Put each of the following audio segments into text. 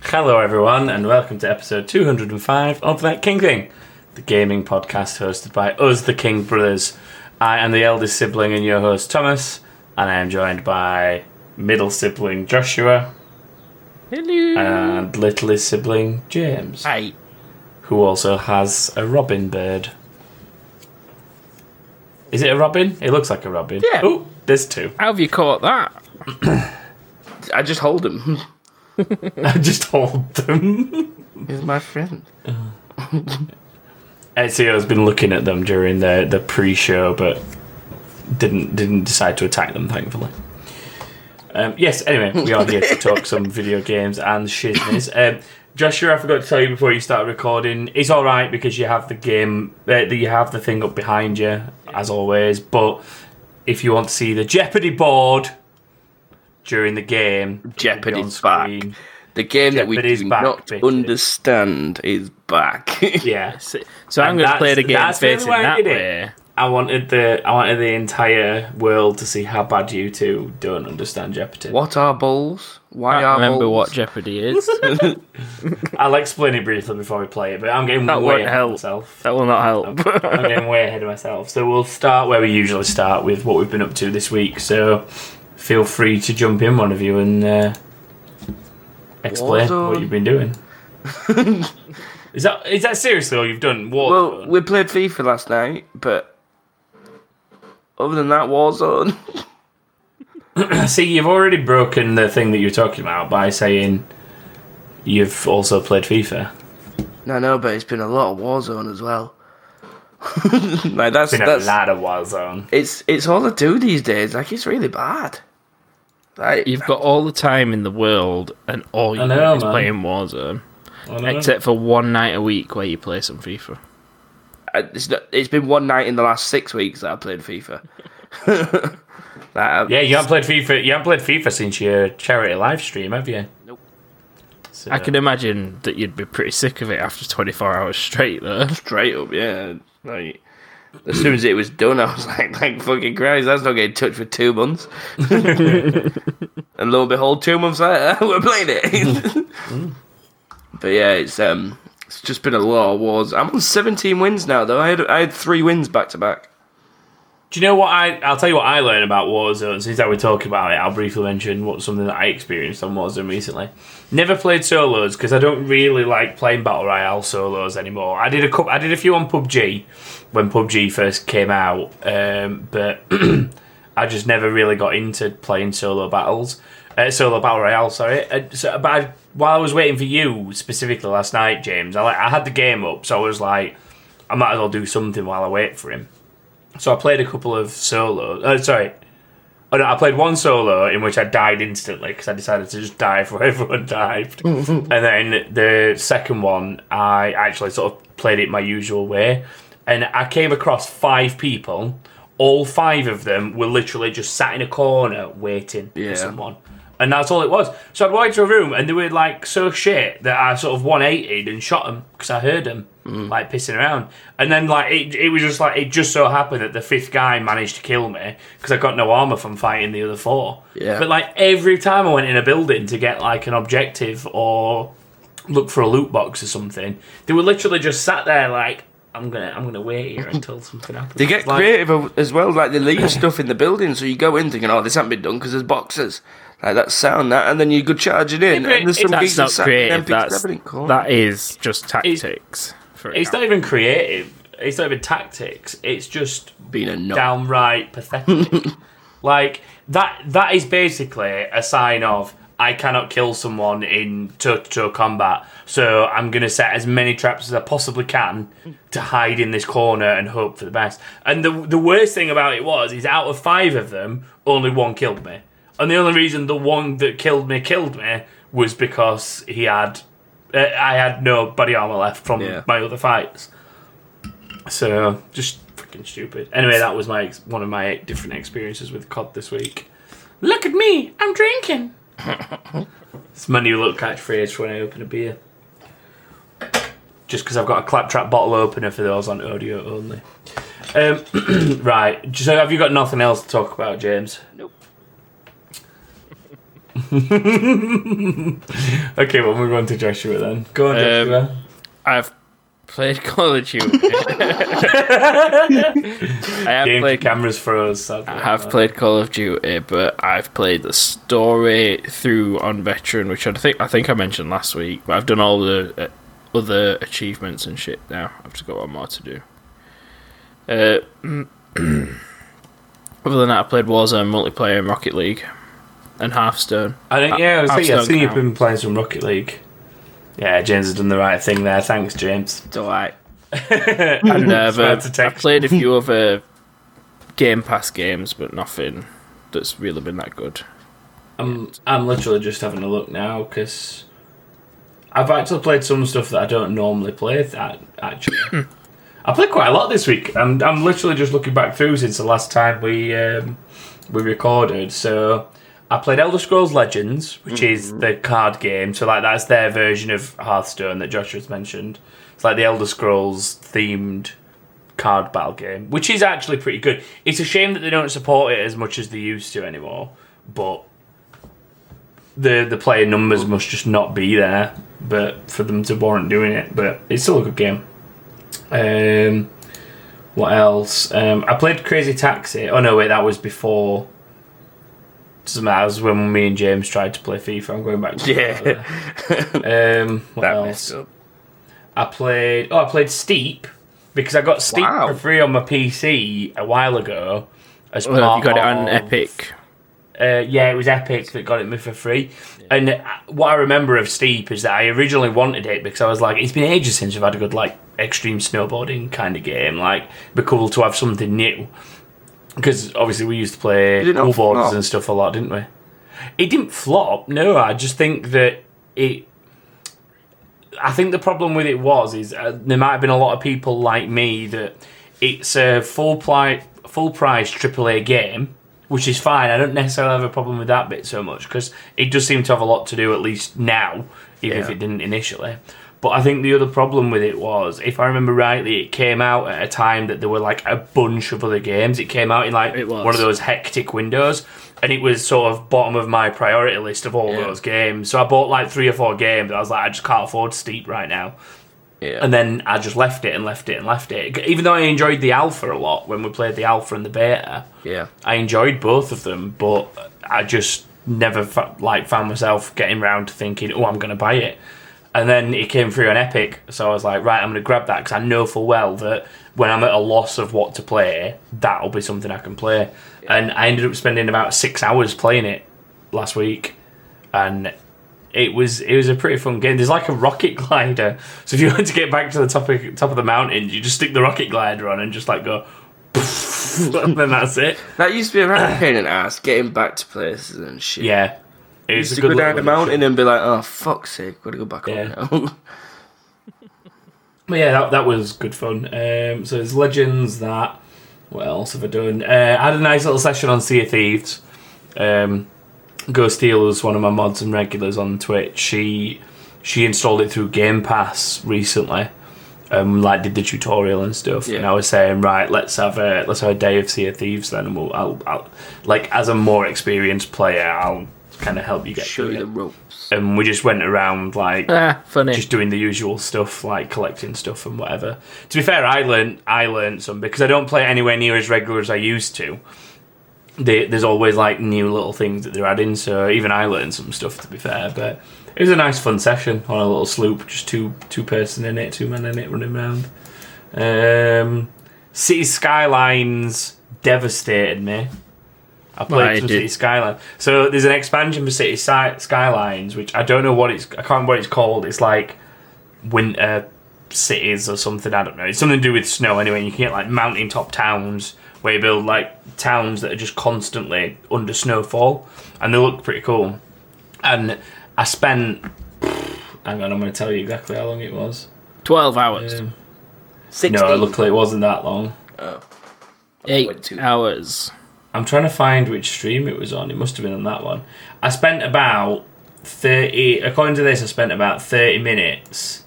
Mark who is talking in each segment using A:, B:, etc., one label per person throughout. A: Hello, everyone, and welcome to episode 205 of That King Thing, the gaming podcast hosted by us, the King Brothers. I am the eldest sibling and your host, Thomas, and I am joined by middle sibling, Joshua,
B: Hello.
A: and littlest sibling, James,
B: Hi.
A: who also has a robin bird. Is it a robin? It looks like a robin.
B: Yeah.
A: Oh, there's two.
B: How have you caught that? I just hold him.
A: I just hold them.
B: He's my friend.
A: Ezio has been looking at them during the, the pre-show, but didn't didn't decide to attack them. Thankfully. Um, yes. Anyway, we are here to talk some video games and shitness. Um, Joshua, I forgot to tell you before you started recording. It's all right because you have the game uh, that you have the thing up behind you as always. But if you want to see the Jeopardy board during the game,
B: Jeopardy's
A: it'll be on
B: back.
A: screen.
B: The game that we
A: Jeopardy's
B: do
A: back,
B: not
A: bitches.
B: understand is back.
A: Yeah.
C: So, so I'm
A: And
C: going to
A: that's-
C: play the game
A: that's really
C: facing
A: why I
C: that
A: did it.
C: way.
A: I wanted the I wanted the entire world to see how bad you two don't understand Jeopardy.
B: what are balls? Why
C: I
B: are
C: can't remember what
B: balls?
C: Jeopardy is.
A: I'll explain it briefly before we play it, but I'm getting
C: That
A: way
C: won't
A: ahead
C: help.
A: of myself.
C: that will not help.
A: I'm getting way ahead of myself. So we'll start where we usually start with what we've been up to this week. So feel free to jump in, one of you, and uh, explain
B: Warzone.
A: what you've been doing. is that is that seriously all you've done?
B: well,
A: Warzone?
B: we played FIFA last night, but other than that, Warzone.
A: see, you've already broken the thing that you're talking about by saying you've also played FIFA.
B: no, no, but it's been a lot of Warzone as well. like that's
A: Been a
B: that's
A: lot of Warzone.
B: it's it's all I do these days. Like it's really bad. Like
C: You've got all the time in the world, and all you
A: I
C: do
A: know,
C: is
A: man.
C: playing Warzone,
A: I know.
C: except for one night a week where you play some FIFA.
B: I- it's, not, it's been one night in the last six weeks that I played FIFA. Like,
A: yeah, you haven't played FIFA. You haven't played FIFA since your charity live stream, have you?
B: Nope.
A: So,
C: I can imagine that you'd be pretty sick of it after 24 hours straight, though.
B: straight up, yeah. Like as soon as it was done, I was like, "Like fucking Christ, that's not getting touched for two months." and lo and behold, two months later, we're playing it. but yeah, it's um, it's just been a lot of wars. I'm on 17 wins now, though. I had I had three wins back to back.
A: Do you know what I? I'll tell you what I learned about Warzone. Since that we're talking about it, I'll briefly mention what something that I experienced on Warzone recently. Never played solos because I don't really like playing battle royale solos anymore. I did a couple. I did a few on PUBG when PUBG first came out, um, but I just never really got into playing solo battles, uh, solo battle royale. Sorry, uh, so, but I, while I was waiting for you specifically last night, James, I like I had the game up, so I was like, I might as well do something while I wait for him. So I played a couple of solos. Uh, sorry. Oh, no, I played one solo in which I died instantly because I decided to just dive where everyone dived. and then the second one, I actually sort of played it my usual way. And I came across five people. All five of them were literally just sat in a corner waiting
B: Yeah.
A: for someone. And that's all it was. So I'd walk into a room and they were like so shit that I sort of 180'd and shot them because I heard them
B: Mm.
A: like pissing around. And then like it, it was just like it just so happened that the fifth guy managed to kill me because I got no armor from fighting the other four.
B: Yeah.
A: But like every time I went in a building to get like an objective or look for a loot box or something, they were literally just sat there like I'm gonna I'm gonna wait here until something happens.
B: They get
A: It's like,
B: creative as well. Like they leave stuff in the building, so you go in thinking, "Oh, this hasn't been done because there's boxes." Like that's sound that, and then you go charging in,
A: but
B: and there's
A: it-
B: some
C: That's
B: geezer
C: not
B: sat
C: creative.
B: with an MP7
C: That's,
B: in corner.
C: that is just tactics. for
A: It's
C: now.
A: not even creative. It's not even tactics. It's just
B: being a nut.
A: downright pathetic. like that that is basically a sign of I cannot kill someone in toe to toe combat, so I'm gonna set as many traps as I possibly can to hide in this corner and hope for the best. And the the worst thing about it was is out of five of them, only one killed me. And the only reason the one that killed me killed me was because he had uh, I had no body armor left from
B: Yeah.
A: my other fights. So just fucking stupid. Anyway, that was my one of my different experiences with COD this week. Look at me, I'm drinking. it's my new little catchphrase for when I open a beer. Just because I've got a claptrap bottle opener for those on audio only. Um, right. So have you got nothing else to talk about, James?
B: Nope.
A: Okay, well, move on to Joshua then. Go
C: Um,
A: on, Joshua.
C: I've played Call of Duty. I have
A: Game
C: played
A: cameras froze. sadly.
C: I have played Call of Duty, but I've played the story through on Veteran, which I think I think I mentioned last week. But I've done all the uh, other achievements and shit now. I've just got one more to do. Uh, other than that, I played Warzone multiplayer and Rocket League and Hearthstone.
A: I think, yeah, I was
C: I've
A: thinking, I've
C: still
A: seen you've
C: count.
A: been playing some Rocket League. Yeah, James has done the right thing there. Thanks, James.
B: Delight.
C: And uh,
A: Smart
C: I've-
A: detection.
C: I've played a few other Game Pass games, but nothing that's really been that good.
A: I'm I'm literally just having a look now because I've actually played some stuff that I don't normally play. That actually, I played quite a lot this week. I'm I'm literally just looking back through since the last time we um, we recorded. So I played Elder Scrolls Legends, which is the card game. So like that's their version of Hearthstone that Joshua's mentioned. It's like the Elder Scrolls themed card battle game, which is actually pretty good. It's a shame that they don't support it as much as they used to anymore, but the the player numbers must just not be there, but for them to warrant doing it. But it's still a good game. Um, what else? Um, I played Crazy Taxi. Oh no, wait, that was before. Doesn't matter. That was when me and James tried to play FIFA. I'm going back. To
B: Yeah.
A: Um, what
B: That
A: else?
B: messed up.
A: I played. Oh, I played Steep because I got Steep
B: Wow.
A: for free on my PC a while ago. As
C: Well,
A: part
C: you got it
A: of-
C: on Epic.
A: Uh, yeah, it was Epic that got it me for free. And uh, what I remember of Steep is that I originally wanted it because I was like, it's been ages since I've had a good like extreme snowboarding kind of game. Like, it'd be cool to have something new. Because obviously we used to play
B: didn't have-
A: boards
B: no.
A: and stuff a lot, didn't we? It didn't flop. No, I just think that it I think the problem with it was is uh, there might have been a lot of people like me that it's a full price full price AAA game, which is fine. I don't necessarily have a problem with that bit so much because it does seem to have a lot to do at least now, even if
C: Yeah.
A: it didn't initially. But I think the other problem with it was, if I remember rightly, it came out at a time that there were like a bunch of other games. It came out in like
C: It was.
A: one of those hectic windows, and it was sort of bottom of my priority list of all
C: Yeah.
A: those games. So I bought like three or four games. I was like, I just can't afford Steep right now.
B: Yeah.
A: And then I just left it and left it and left it. Even though I enjoyed the alpha a lot when we played the alpha and the beta,
B: yeah.
A: I enjoyed both of them, but I just never fa- like found myself getting round to thinking, "Oh, I'm going to buy it." And then it came through on Epic, so I was like, "Right, I'm going to grab that because I know full well that when I'm at a loss of what to play, that'll be something I can play." And I ended up spending about six hours playing it last week, and it was it was a pretty fun game. There's like a rocket glider, so if you want to get back to the top of top of the mountain, you just stick the rocket glider on and just like go, and then that's it.
B: That used to be a right pain in the ass, getting back to places and shit.
A: Yeah. It
B: Used
A: was
B: to go
A: little
B: down the mountain and be like, oh, fuck's sake, gotta go back
A: Yeah.
B: up now.
A: But yeah, that, that was good fun. Um, so there's Legends, that. What else have I done? Uh, I had a nice little session on Sea of Thieves. Um, Ghost Steel was one of my mods and regulars on Twitch. She she installed it through Game Pass recently. Um, like did the tutorial and stuff, and
B: Yeah.
A: I was saying, right, let's have a let's have a day of Sea of Thieves then, and we'll I'll, I'll like as a more experienced player, I'll kind of help you get
B: Show
A: through
B: you
A: it.
B: the ropes.
A: And we just went around like
C: Ah, funny.
A: just doing the usual stuff like collecting stuff and whatever. To be fair, I learned I learned some because I don't play anywhere near as regular as I used to. They, there's always like new little things that they're adding, so even I learned some stuff. To be fair, but it was a nice fun session on a little sloop, just two two person in it, two men in it, running around. Um, City Skylines devastated me. I played
C: I
A: some
C: did.
A: City Skyline. So there's an expansion for City Sky- Skylines, which I don't know what it's. I can't remember what it's called. It's like Winter Cities or something. I don't know. It's something to do with snow anyway. You can get like mountaintop towns where you build like towns that are just constantly under snowfall, and they look pretty cool. And I spent. Hang on, I'm going to tell you exactly how long it was.
C: 12 hours.
A: Um,
B: 16.
A: no, luckily it wasn't that long.
B: went
C: 8
B: too-
C: hours.
A: I'm trying to find which stream it was on. It must have been on that one. I spent about 30, according to this, I spent about 30 minutes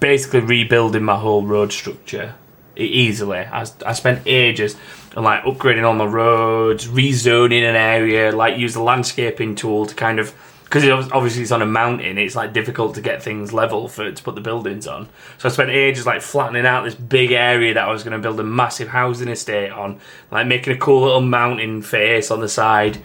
A: basically rebuilding my whole road structure E- easily. I, I spent ages. and like upgrading all my roads, rezoning an area, like use the landscaping tool to kind of because it, obvi- obviously it's on a mountain, it's like difficult to get things level for to put the buildings on. So I spent ages like flattening out this big area that I was going to build a massive housing estate on, like making a cool little mountain face on the side.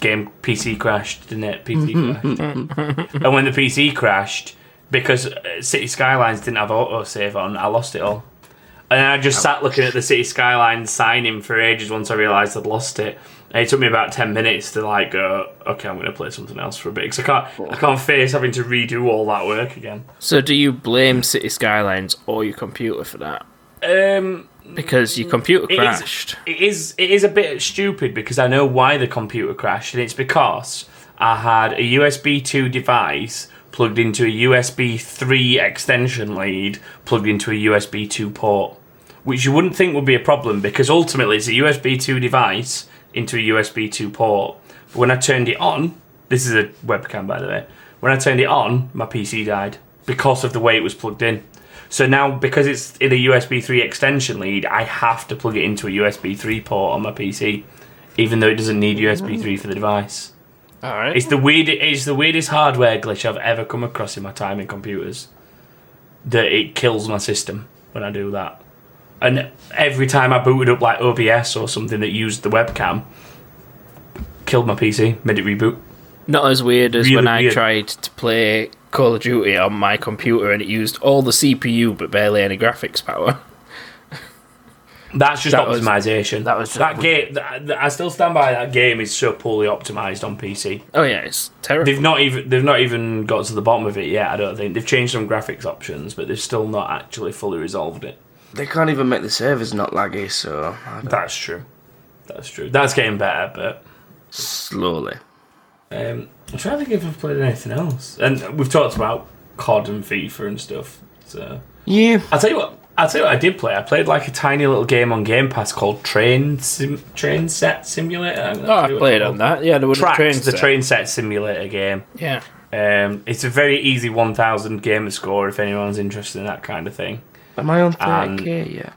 A: Game PC crashed, didn't it? PC crashed. and when the PC crashed, because uh, City Skylines didn't have autosave on, I lost it all. And I just sat looking at the city skyline signing for ages once I realised I'd lost it. And it took me about ten minutes to like go, okay, I'm going to play something else for a bit because I can't, I can't face having to redo all that work again.
C: So, do you blame City Skylines or your computer for that?
A: Um,
C: Because your computer
A: It is-
C: crashed.
A: it is it is a bit stupid because I know why the computer crashed, and it's because I had a USB two device plugged into a USB three extension lead plugged into a USB two port, which you wouldn't think would be a problem because ultimately it's a USB two device into a USB two port. But when I turned it on, this is a webcam by the way. When I turned it on, my PC died because of the way it was plugged in. So now, because it's in a USB 3 extension lead, I have to plug it into a USB 3 port on my PC, even though it doesn't need USB 3 for the device.
C: All right.
A: It's the weird, it's the weirdest hardware glitch I've ever come across in my time in computers. That it kills my system when I do that, and every time I booted up like OBS or something that used the webcam, killed my PC, made it reboot.
C: Not as weird as
A: Really
C: when I
A: weird.
C: tried to play Call of Duty on my computer and it used all the CPU but barely any graphics power.
A: That's just
C: That was-
A: optimization.
C: that was just
A: that game. That, that- I still stand by that game is so poorly optimized on PC.
C: Oh yeah, it's terrible.
A: They've not even they've not even got to the bottom of it yet. I don't think they've changed some graphics options, but they've still not actually fully resolved it.
B: They can't even make the servers not laggy, so I don't-
A: That's true. That's true. That's getting better,
B: slowly.
A: but um, I'm trying to think if I've played anything else. And we've talked about COD and FIFA and stuff. So
B: Yeah.
A: I'll tell you what. I'll tell you what I did play. I played like a tiny little game on Game Pass called Train Sim- Train Set Simulator. I don't know
C: Oh, I
A: what it's
C: played
A: called.
C: on that. Yeah, there was
A: Tracks,
C: a train.
A: the
C: set.
A: Train Set Simulator game.
C: Yeah.
A: Um, it's a very easy 1,000 gamer score if anyone's interested in that kind of thing.
B: Am I on
A: Um,
B: 30k? yeah.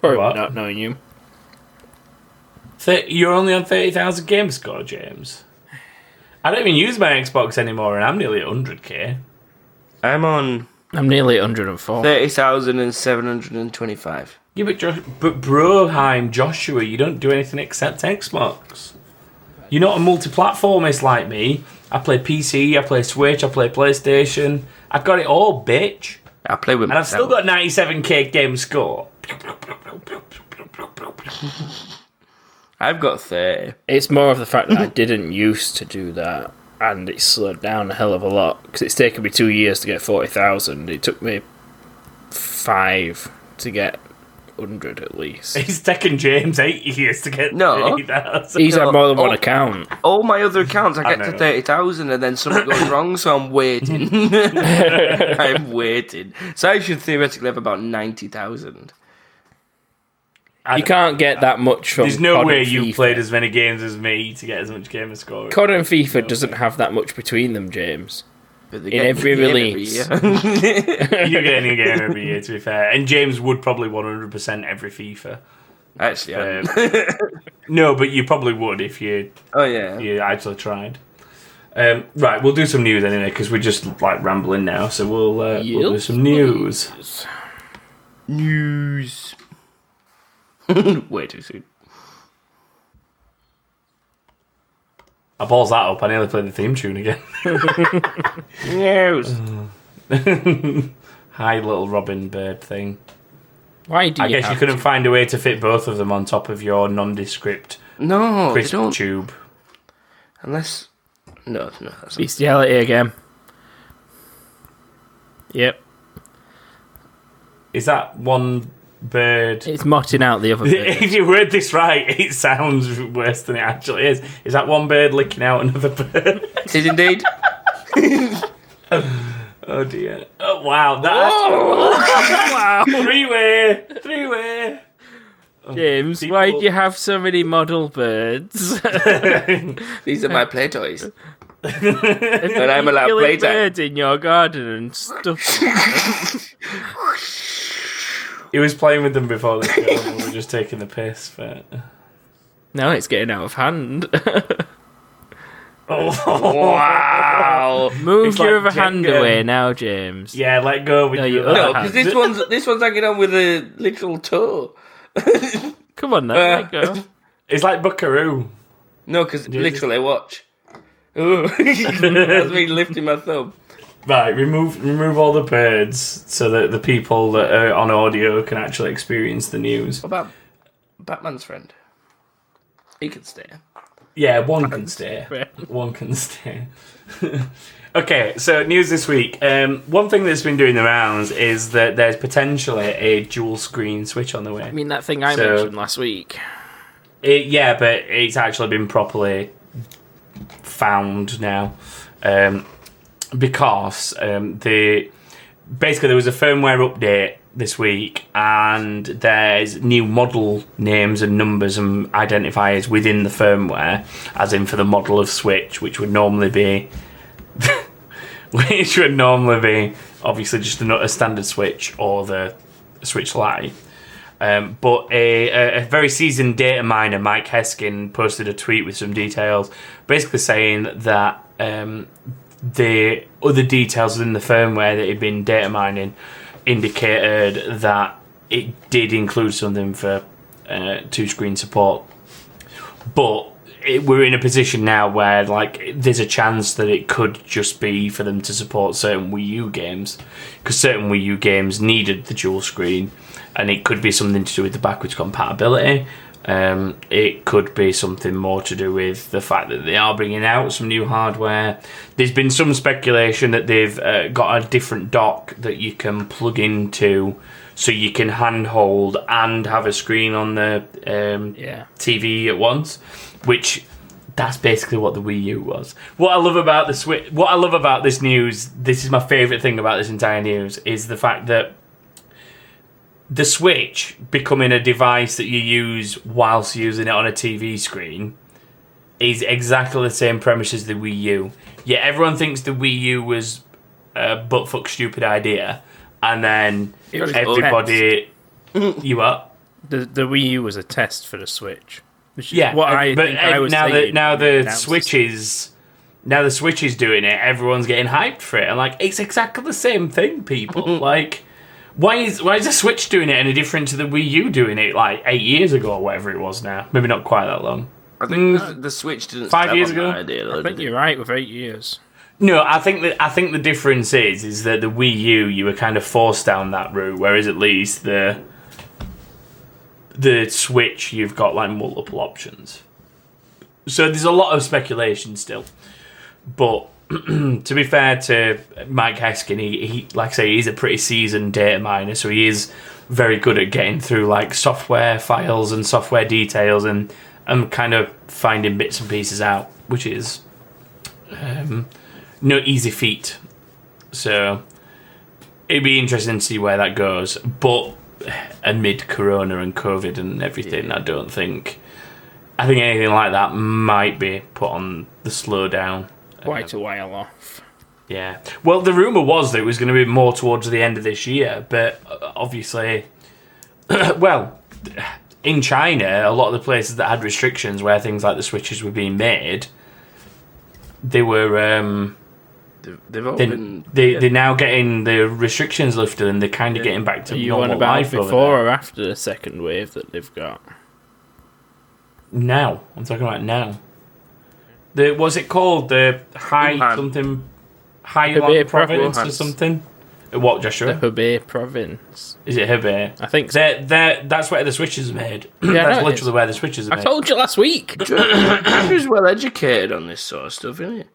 C: Probably
A: What?
C: not knowing you.
A: Th- you're only on 30,000 game score, James. I don't even use my Xbox anymore, and I'm nearly 100k.
B: I'm on
C: I'm nearly 104.
B: 30,725.
A: Yeah, but, jo- but Broheim, Joshua, you don't do anything except Xbox. You're not a multi-platformist like me. I play PC, I play Switch, I play PlayStation. I've got it all, bitch.
B: I play with
A: And I've still
B: myself.
A: got 97k game score.
B: I've got 30.
C: It's more of the fact that I didn't used to do that, and it's slowed down a hell of a lot because it's taken me two years to get forty thousand. It took me five to get hundred at least.
A: He's taking James eight years to get
B: No.
A: 30,000.
C: He's had more than one
B: Oh.
C: account.
B: All my other accounts, I get
A: know.
B: to 30,000 and then something goes wrong, so I'm waiting. I'm waiting. So I should theoretically have about 90,000.
C: You can't get that much from.
A: There's no
C: COD
A: way
C: and
A: you
C: FIFA.
A: played as many games as me to get as much gamer score.
C: COD and FIFA doesn't have that much between them, James.
B: But they
C: In
B: get
C: every
B: me
C: release.
B: year.
A: you get any game every year, to be fair. And James would probably 100% every FIFA.
B: Actually, I-
A: Um, no, but you probably would if you
B: oh yeah.
A: you actually tried. Um, right, we'll do some news anyway because we're just like rambling now. So we'll uh, we'll do
C: Yes,
A: some news.
B: News. Way too soon.
A: I balls that up. I nearly played the theme tune again.
B: News.
A: Hi, little Robin Bird thing.
C: Why do
A: I
C: you?
A: guess you
C: have
A: couldn't
C: to-
A: find a way to fit both of them on top of your nondescript
B: No, they
A: crisp
B: don't.
A: tube.
B: Unless. No, no. That's not.
C: bestiality again. Yep,
A: Is that one bird?
C: it's motting out the other. bit.
A: if you word this right, it sounds worse than it actually is. Is that one bird licking out another bird?
B: It is indeed.
A: Oh dear! Oh wow! That
C: wow,
A: three way, three way.
C: James,
A: people-
C: why do you have so many model birds?
B: These are my play toys. and I'm allowed
C: Killing
B: play time.
C: birds in your garden and stuff.
A: He was playing with them before the show. and we were just taking the piss, but
C: Now it's getting out of hand.
A: Oh.
B: Wow.
C: Move
A: It's
C: your
A: like
C: other hand
A: Jenga.
C: away now, James.
A: yeah, let go with
C: No,
A: your
C: you-
A: other
C: no,
B: No,
A: hand.
B: because this one's this one's hanging on with a literal toe.
C: Come on, then.
B: Uh.
C: let go.
A: It's like Buckaroo.
B: No, because
A: you just-
B: literally, watch. Ooh. That's me lifting my thumb.
A: Right, remove remove all the birds so that the people that are on audio can actually experience the news.
B: What about Batman's friend? He can stay.
A: Yeah, one can stay. One can stay. okay, so news this week. Um, one thing that's been doing the rounds is that there's potentially a dual screen switch on the way.
C: I mean, that thing I
A: So-
C: mentioned last week.
A: It, yeah, but it's actually been properly found now um, because um, the basically there was a firmware update this week, and there's new model names and numbers and identifiers within the firmware, as in for the model of Switch, which would normally be which would normally be obviously just a, a standard Switch or the Switch Lite. Um, but a, a, a very seasoned data miner, Mike Heskin, posted a tweet with some details, basically saying that um, the other details within the firmware that had been data mining indicated that it did include something for uh, two screen support. But it, we're in a position now where like there's a chance that it could just be for them to support certain Wii U games because certain Wii U games needed the dual screen, and it could be something to do with the backwards compatibility. Um, it could be something more to do with the fact that they are bringing out some new hardware. There's been some speculation that they've uh, got a different dock that you can plug into, so you can handhold and have a screen on the um,
C: Yeah.
A: TV at once, which that's basically what the Wii U was. What I love about the Switch, what I love about this news, this is my favorite thing about this entire news is the fact that the Switch becoming a device that you use whilst using it on a TV screen is exactly the same premise as the Wii U. Yeah, everyone thinks the Wii U was a butt fuck stupid idea, and then
C: It was
A: everybody, you up.
C: The, the Wii U was a test for the Switch. Which is
A: Yeah,
C: what
A: uh,
C: I
A: but
C: think
A: uh,
C: I was
A: now that
C: thinking
A: now
C: when they
A: the
C: announced
A: Switch is now the Switch is doing it, everyone's getting hyped for it, and like it's exactly the same thing, people. like, why is why is the Switch doing it any different to the Wii U doing it like eight years ago or whatever it was now? Maybe not quite that long.
B: I
C: Mm.
B: think the Switch didn't.
A: Five
B: stand
A: years
B: on
A: ago?
B: that Idea, though,
C: I think
B: did it?
C: you're right with eight years.
A: No, I think that I think the difference is is that the Wii U you were kind of forced down that route, whereas at least the the Switch you've got like multiple options. So there's a lot of speculation still, but to be fair to Mike Heskin, he, he like I say he's a pretty seasoned data miner, so he is very good at getting through like software files and software details and and kind of finding bits and pieces out, which is no easy feat. So it'd be interesting to see where that goes. But amid Corona and COVID and everything, I don't think. I think anything like that might be put on the slowdown.
C: Quite a while off.
A: Yeah. Well, the rumor was that it was going to be more towards the end of this year, but uh, obviously, well, in China, a lot of the places that had restrictions where things like the switches were being made, they were um,
B: They've, they've all
A: they,
B: been.
A: they, they're now getting the restrictions lifted and they're kind of getting back to
C: Are you
A: normal
C: on about
A: life over
C: before or after the second wave that they've got?
A: there. now i'm talking about now the what's it called the high
B: Wuhan.
A: something high
C: Hebei
A: province or
B: province.
A: something what joshua
C: Hebei province.
A: is it Hebei?
C: I think so.
A: They're, they're, that's where the switches are made
C: I know
A: that's
C: it
A: literally
C: is.
A: where the switches are
C: I
A: made
C: told you last week.
B: He's well educated on this sort of stuff, isn't it?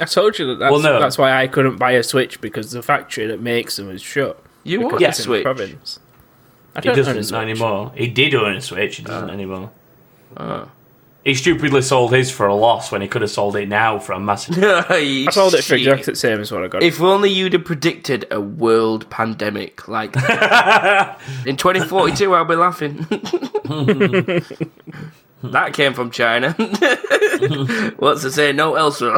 C: I told you that that's,
A: Well, no.
C: that's why I couldn't buy a Switch because the factory that makes them is shut.
B: You
C: Because
B: want
C: it's
B: yes,
C: in
B: Switch?
C: the province. I
A: he
C: don't own a
A: doesn't
C: Switch.
A: anymore he did own a switch he
C: Ah.
A: doesn't anymore
B: Oh.
A: he stupidly sold his for a loss when he could have sold it now for a massive
B: I
C: I sold it for exactly the same as what I got.
B: If only you'd have predicted a world pandemic like that. in 2042, I'll be laughing. that came from China. What's to say? No, elsewhere.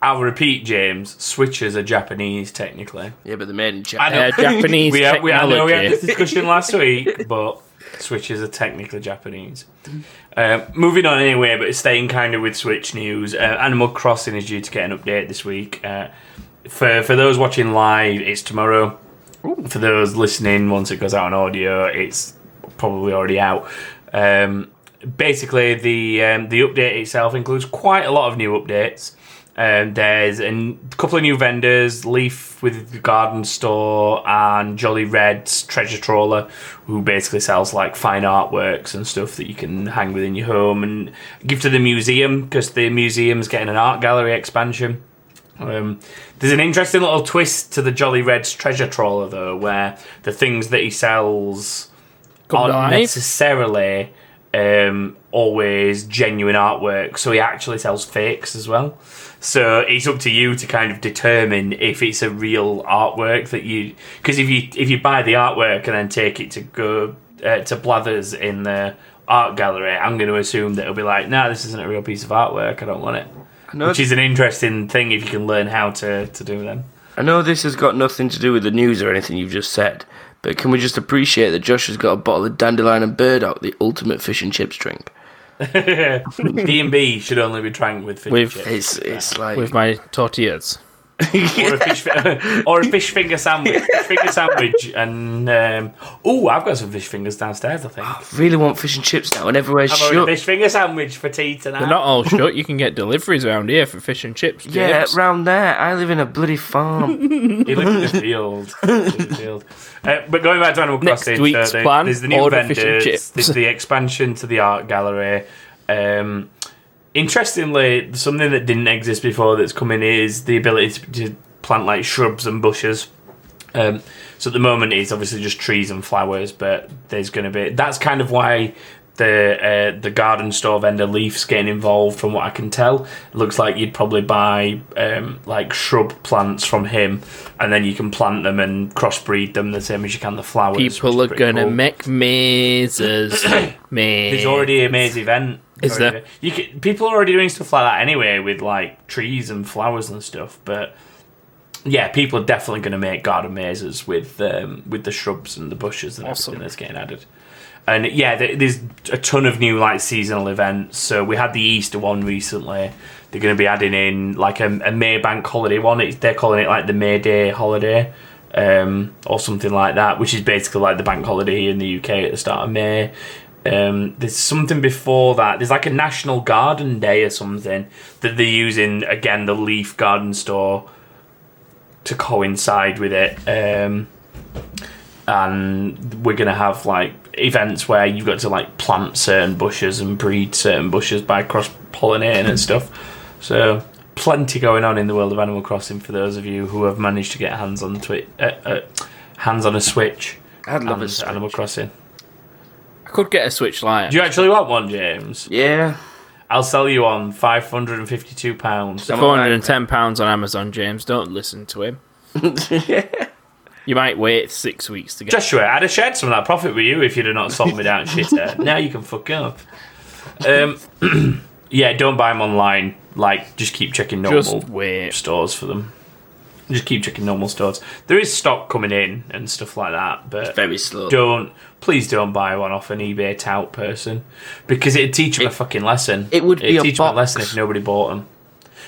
A: I'll repeat, James. Switches are Japanese, technically.
B: Yeah, but they're made in
A: I
B: China.
A: know.
C: Uh, Japanese
A: we, had- we, I know we had this
C: technology.
A: discussion last week, but Switches are technically Japanese. Um, moving on anyway, but staying kind of with Switch news, uh, Animal Crossing is due to get an update this week. Uh, for for those watching live, it's tomorrow. For those listening, once it goes out on audio, it's probably already out. Um, basically, the um, the update itself includes quite a lot of new updates. Um, there's a couple of new vendors, Leaf with the garden store and Jolly Red's treasure trawler, who basically sells like fine artworks and stuff that you can hang within your home and give to the museum because the museum's getting an art gallery expansion. Um, there's an interesting little twist to the Jolly Red's treasure trawler, though, where the things that he sells
C: Come
A: aren't
C: live.
A: necessarily um, always genuine artwork. So he actually sells fakes as well. So it's up to you to kind of determine if it's a real artwork that you because if you if you buy the artwork and then take it to go uh, to Blathers in the art gallery, I'm going to assume that it'll be like, nah, this isn't a real piece of artwork. I don't want it.
B: I know,
A: Which is an interesting thing if you can learn how to, to do them.
B: I know this has got nothing to do with the news or anything you've just said, but can we just appreciate that Josh has got a bottle of dandelion and burdock, the ultimate fish and chips drink?
A: D and B should only be drank with fish
C: With-
A: and chips.
B: It's it's like
C: with my tortillas.
A: or a fish, fi- or a fish finger sandwich. Fish finger sandwich, and um, oh, I've got some fish fingers downstairs. I think I've
B: really want fish and chips now, and everywhere's
A: ordered a
B: shut.
A: fish finger sandwich for tea tonight.
C: They're not all shut. You can get deliveries around here for fish and chips.
B: Yeah,
C: James.
B: round there. I live in a bloody farm.
A: He lived in the field. He lived in the field. Uh, but going back to Animal
C: Next
A: Crossing,
C: week's
A: there-
C: plan,
A: there's the new
C: order fish and
A: vendors,
C: chips.
A: there's the expansion to the art gallery. Um, interestingly, something that didn't exist before that's coming is the ability to, to plant like shrubs and bushes. Um, so at the moment, it's obviously just trees and flowers, but there's going to be that's kind of why. The uh, the garden store vendor Leaf's getting involved. From what I can tell, it looks like you'd probably buy um, like shrub plants from him, and then you can plant them and crossbreed them the same as you can the flowers. which is
C: People are
A: pretty
C: gonna
A: cool.
C: make mazes. Maze.
A: There's already a maze event.
C: Is
A: Already-
C: there?
A: You can, people are already doing stuff like that anyway, with like trees and flowers and stuff. But yeah, people are definitely going to make garden mazes with um, with the shrubs and the bushes and
C: Awesome.
A: everything that's getting added. And yeah, there, there's a ton of new like seasonal events. So we had the Easter one recently. They're going to be adding in like a, a May Bank holiday one. It's, they're calling it like the May Day holiday um, or something like that, which is basically like the bank holiday in the UK at the start of May. Um, there's something before that. There's like a National Garden Day or something that they're using again the Leaf Garden Store to coincide with it. Um, and we're gonna have like events where you've got to like plant certain bushes and breed certain bushes by cross pollinating and stuff. So plenty going on in the world of Animal Crossing for those of you who have managed to get hands on twi- uh, uh, hands on a Switch.
B: I'd love
A: and
B: a Switch.
A: Animal Crossing.
C: I could get a Switch Lite.
A: Do you actually want one, James?
B: yeah,
A: I'll sell you on five hundred and fifty-two pounds.
C: Four hundred and ten pounds on Amazon, James. Don't listen to him. You might wait six weeks to get.
A: Joshua, I'd have shared some of that profit with you if you'd have not sold me down shitter. Now you can fuck up. Um, yeah, don't buy them online. Like, just keep checking normal
C: just wait.
A: stores for them. Just keep checking normal stores. There is stock coming in and stuff like that, but
B: very slow.
A: don't please don't buy one off an eBay tout person because it'd teach them a fucking lesson.
B: it would
A: It'd
B: be a
A: teach 'em
B: box.
A: lesson if nobody bought them.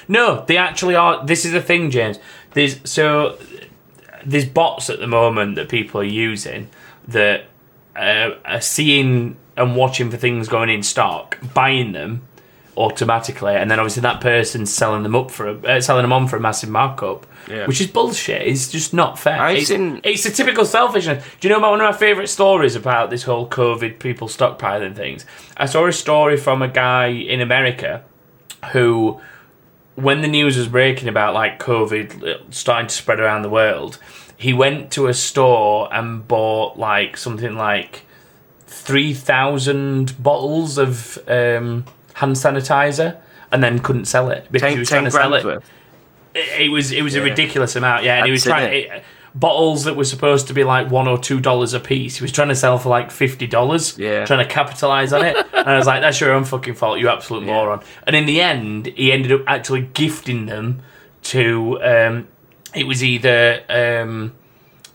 A: No, they actually are. This is the thing, James. There's so there's bots at the moment that people are using that uh, are seeing and watching for things going in stock, buying them automatically, and then obviously that person's selling them up for a, uh, selling them on for a massive markup,
B: Yeah.
A: which is bullshit. It's just not fair.
B: I've
A: it's,
B: seen-
A: it's a typical selfishness. Do you know about one of my favourite stories about this whole COVID people stockpiling things? I saw a story from a guy in America who when the news was breaking about like COVID starting to spread around the world, he went to a store and bought like something like three thousand bottles of um, hand sanitizer, and then couldn't sell it because he
B: Ten,
A: was
B: ten
A: trying to sell
B: grand
A: it.
B: worth.
A: It, it was it was a ridiculous amount, yeah. And he was
B: That's
A: trying
B: it.
A: it- bottles that were supposed to be like one or two dollars a piece. He was trying to sell for like fifty dollars,
B: Yeah.
A: trying to capitalize on it. and I was like, "That's your own fucking fault, you absolute moron." And in the end, he ended up actually gifting them to um, it was either um,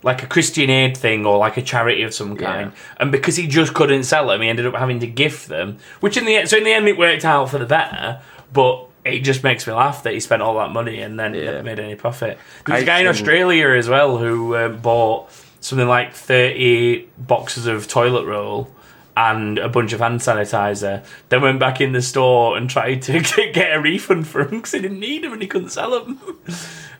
A: like a Christian aid thing or like a charity of some kind. And because he just couldn't sell them, he ended up having to gift them. Which in the end, so in the end, it worked out for the better. But it just makes me laugh that he spent all that money and then
B: Yeah.
A: never made any profit. There was a
B: I
A: guy in
B: can-
A: Australia as well who um, bought something like thirty boxes of toilet roll. And a bunch of hand sanitizer. Then went back in the store and tried to get a refund for them because he didn't need them and he couldn't sell them.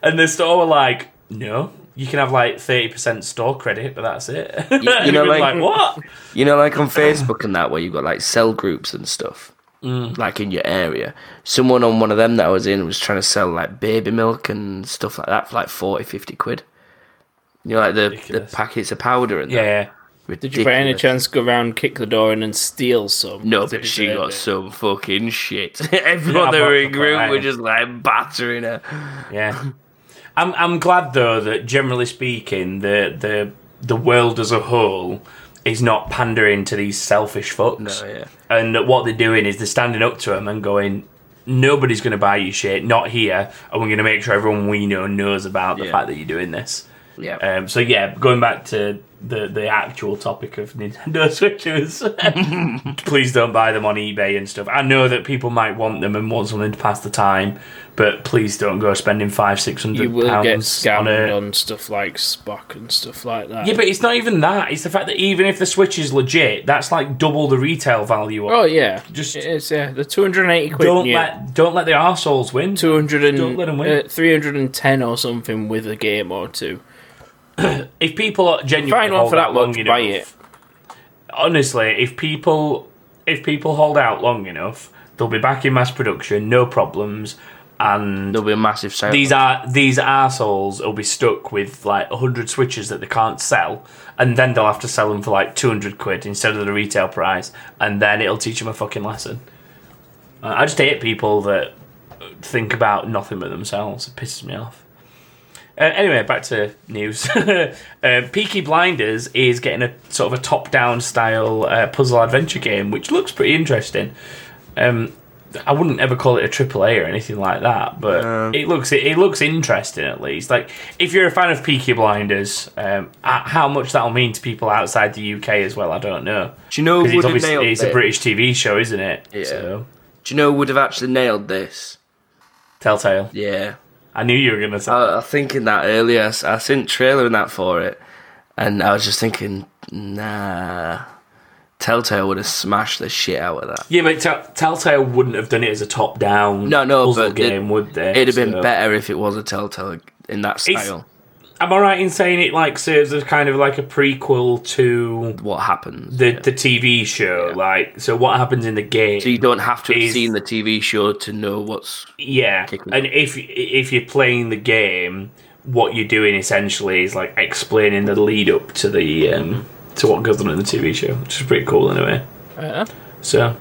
A: And the store were like, no, you can have like 30% store credit, but that's it. You,
B: you know,
A: like,
B: like-
A: what?
B: You know, like on Facebook and that, where you've got like cell groups and stuff, like in your area. Someone on one of them that I was in was trying to sell like baby milk and stuff like that for like 40, 50 quid. You know, like the, the
A: Ridiculous.
B: packets of powder and that.
A: Yeah.
B: Ridiculous.
C: Did you by any chance go round, kick the door in, and steal some?
B: No,
C: As if
B: but
C: you
B: she
C: deserved
B: got
C: it.
B: some fucking shit. Everyone that
A: but-
B: were in group were
A: right.
B: just like battering her.
A: Yeah. I'm, I'm glad, though, that generally speaking, the, the, the world as a whole is not pandering to these selfish fucks.
B: No, yeah.
A: And that what they're doing is they're standing up to them and going, nobody's going to buy you shit, not here. And we're going to make sure everyone we know knows about the
B: Yeah.
A: fact that you're doing this.
B: Yeah.
A: Um, so yeah, going back to the the actual topic of Nintendo Switches, please don't buy them on eBay and stuff. I know that people might want them and want something to pass the time, but please don't go spending five six
C: You
A: hundred
C: will get
A: pounds on
C: scammed
A: a.
C: on stuff like Spock and stuff like that.
A: Yeah, but it's not even that. It's the fact that even if the Switch is legit, that's like double the retail value. Of.
C: oh yeah,
A: Just-
C: just it is, yeah. The two hundred and eighty quid.
A: don't
C: yeah.
A: let don't let the arseholes win.
C: 200 and,
A: Don't let 'em win.
C: uh, 310 or something with a game or two.
A: If people are genuinely
C: Find one
A: hold
C: for that
A: out long
C: much,
A: enough,
C: buy it.
A: honestly, if people if people hold out long enough, they'll be back in mass production, no problems, and
B: There'll be a massive sale.
A: these are these assholes will be stuck with like hundred switches that they can't sell, and then they'll have to sell them for like two hundred quid instead of the retail price, and then it'll teach them a fucking lesson. Uh, I just hate people that think about nothing but themselves. It pisses me off. Uh, anyway, back to news. uh, Peaky Blinders is getting a sort of a top-down style uh, puzzle adventure game, which looks pretty interesting. Um, I wouldn't ever call it a triple A or anything like that, but it looks it, it looks interesting at least. Like if you're a fan of Peaky Blinders, um, uh, how much that'll mean to people outside the UK as well, I don't know.
B: Do you know
A: 'Cause
B: would
A: it's
B: have
A: obviously
B: nailed
A: it's a
B: it?
A: British TV show, isn't it?
B: Yeah.
A: So,
B: Do you know would have actually nailed this?
A: Telltale.
B: Yeah.
A: I knew you were gonna say.
B: I, I was thinking that earlier. I s- I seen trailer and that for it, and I was just thinking, nah, Telltale would have smashed the shit out of that.
A: Yeah, but Tell- Telltale wouldn't have done it as a top-down
B: No, no,
A: puzzle
B: but
A: game,
B: it-
A: would they?
B: It'd have been
A: So-
B: better if it was a Telltale in that
A: It's-
B: style.
A: Am I right in saying it like serves as kind of like a prequel to
B: What happens?
A: the the TV show? Like, so what happens in the game?
B: so you don't have to have
A: is-
B: seen the TV show to know what's.
A: yeah,
B: Kick me.
A: and if if you're playing the game, what you're doing essentially is like explaining the lead up to the um, to what goes on in the TV show, which is pretty cool in a way.
C: Uh,
A: So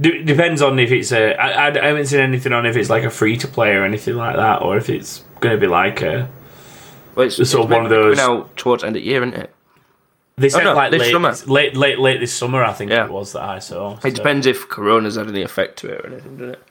A: d- depends on if it's a. I, I, I haven't seen anything on if it's like a free to play or anything like that, or if it's going to be like a.
B: Well, it's,
A: It's sort of one of
B: meant to be
A: those-
B: coming out towards end of year, isn't it?
A: They said
B: Oh, no,
A: like
B: this
A: late,
B: summer.
A: late, late, late this summer. I think
B: Yeah.
A: it was that I saw.
B: It
A: so.
B: depends if Corona's had any effect to it or anything, doesn't it?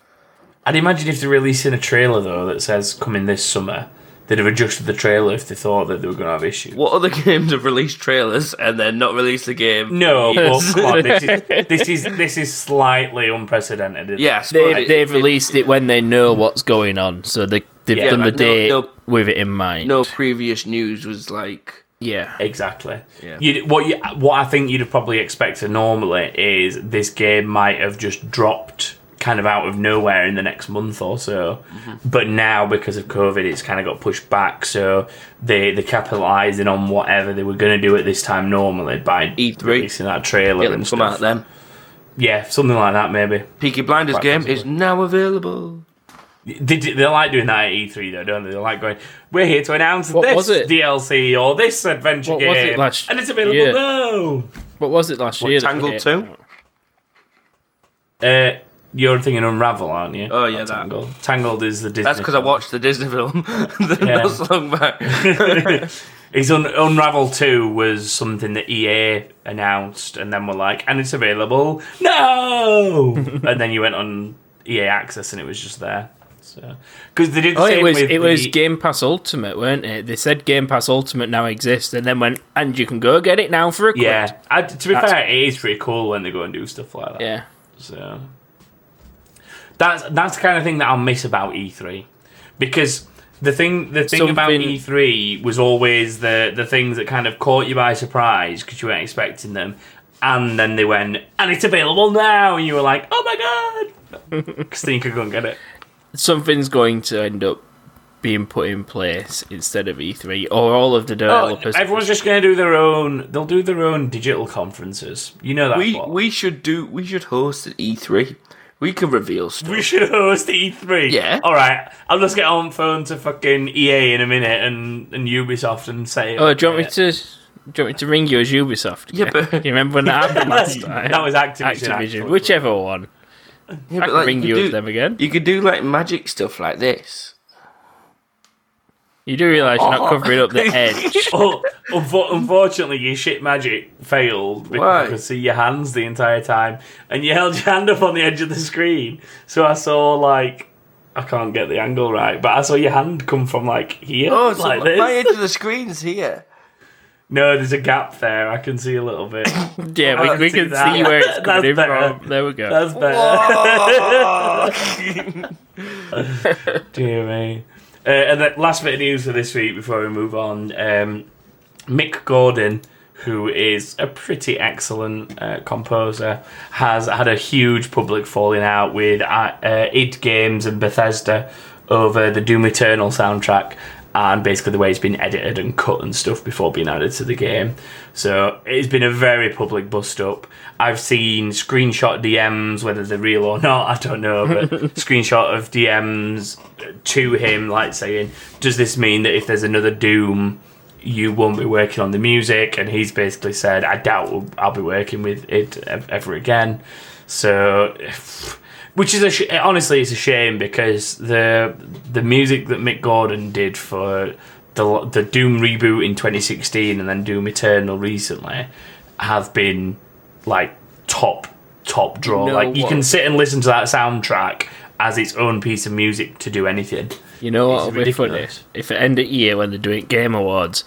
A: I'd imagine if they're releasing a trailer though that says coming this summer, they'd have adjusted the trailer if they thought that they were going to have issues.
B: What other games have released trailers and then not released the game?
A: No, but
C: Yes.
A: come on, this, is, this is this is slightly unprecedented. isn't it?
B: Yes, but
C: they,
B: it-
C: they've released it when they know what's going on, so they, they've
A: Yeah,
C: done the
B: but no-
C: date
B: no-
C: with it in mind.
B: no previous news was like
C: Yeah.
A: Exactly.
B: Yeah.
A: You'd, what you, what I think you'd have probably expected normally is this game might have just dropped kind of out of nowhere in the next month or so,
B: Mm-hmm.
A: but now because of COVID, it's kind of got pushed back. So they they're capitalising on whatever they were going to do at this time normally by
B: E3.
A: releasing that trailer
B: E It'll
A: and
B: come
A: stuff.
B: out then.
A: Yeah, something like that maybe.
B: Peaky Blinders
A: Quite
B: game
A: possibly.
B: is now available.
A: They, do- they like doing that at E3 though, don't they? They like going, "We're here to announce
C: What
A: this
C: was it?
A: DLC or this adventure
C: What
A: game,
C: was it last
A: and it's available
C: year?
A: now."
C: What was it last year? that
B: Tangled
C: it-
B: 2?
A: Uh, you're thinking Unravel, aren't you?
B: Oh, yeah,
A: Not
B: that.
A: Tangled. Tangled is the Disney.
B: That's because I watched the Disney film not so long back.
A: It's Un- Unravel Two was something that EA announced, and then we're like, and it's E available. No, and then you went on EA Access, and it was just there. So because they did the
C: Oh,
A: same
C: it was
A: with
C: it was
A: the-
C: Game Pass Ultimate, weren't it? They said Game Pass Ultimate now exists, and then went and you can go get it now for a quid.
A: yeah. I, to be
C: That's-
A: fair, it is pretty cool when they go and do stuff like that.
C: yeah.
A: So that's that's the kind of thing that I'll miss about E3 because the thing the thing about
C: Something-
A: E3 was always the the things that kind of caught you by surprise because you weren't expecting them, and then they went and it's available now, and you were like, oh my god, because then you could go and get it.
C: Something's going to end up being put in place instead of E3, or all
A: Oh,
C: of the developers.
A: everyone's just going to do their own. They'll do their own digital conferences. You know that.
B: We
A: Paul.
B: we should do. We should host an E3. We can reveal stuff.
A: We should host E3.
B: Yeah.
A: All right. I'll just get on phone to fucking EA in a minute and, and Ubisoft and say.
C: oh, do you want me to? Do you want me to ring you as Ubisoft?
B: Yeah, but-
C: you remember when that happened last time?
A: that was Activision.
C: Activision,
A: actually.
C: whichever one.
B: Yeah,
C: I
B: but,
C: can
B: like,
C: ring
B: could
C: you
B: do,
C: as them again.
B: You could do like magic stuff like this.
C: You do realise you're not covering up the edge.
A: Oh, unfo- unfortunately, your shit magic failed because
B: Why?
A: I could see your hands the entire time, and you held your hand up on the edge of the screen. So I saw like I can't get the angle right, but I saw your hand come from like here,
B: Oh, so
A: like
B: my-
A: this.
B: my edge of the screen's here.
A: No, there's a gap there. I can see a little bit.
C: yeah,
A: I
C: we, we
A: see
C: can
A: Oh, that.
C: see where it's
A: That's
C: coming in
A: better.
C: from. There we go.
A: That's better. Oh.
B: Whoa!
A: Dear me. Uh, and the last bit of news for this week before we move on um, Mick Gordon, who is a pretty excellent uh, composer, has had a huge public falling out with uh, uh, id Games and Bethesda over the Doom Eternal soundtrack and basically the way it's been edited and cut and stuff before being added to the game. So it's been a very public bust up. I've seen screenshot DMs, whether they're real or not, I don't know, but screenshot of DMs to him, like saying, Does this mean that if there's another Doom, you won't be working on the music? And he's basically said, I doubt we'll- I'll be working with it ev- ever again. So. Which is a sh- honestly, it's a shame because the the music that Mick Gordon did for the the Doom reboot in 2016 and then Doom Eternal recently have been like top top draw.
B: You know
A: like you
B: what?
A: can sit and listen to that soundtrack as its own piece of music to do anything.
C: You know what
A: It's
C: would be funny?
A: ridiculous.
C: If at end of year when they're doing game awards,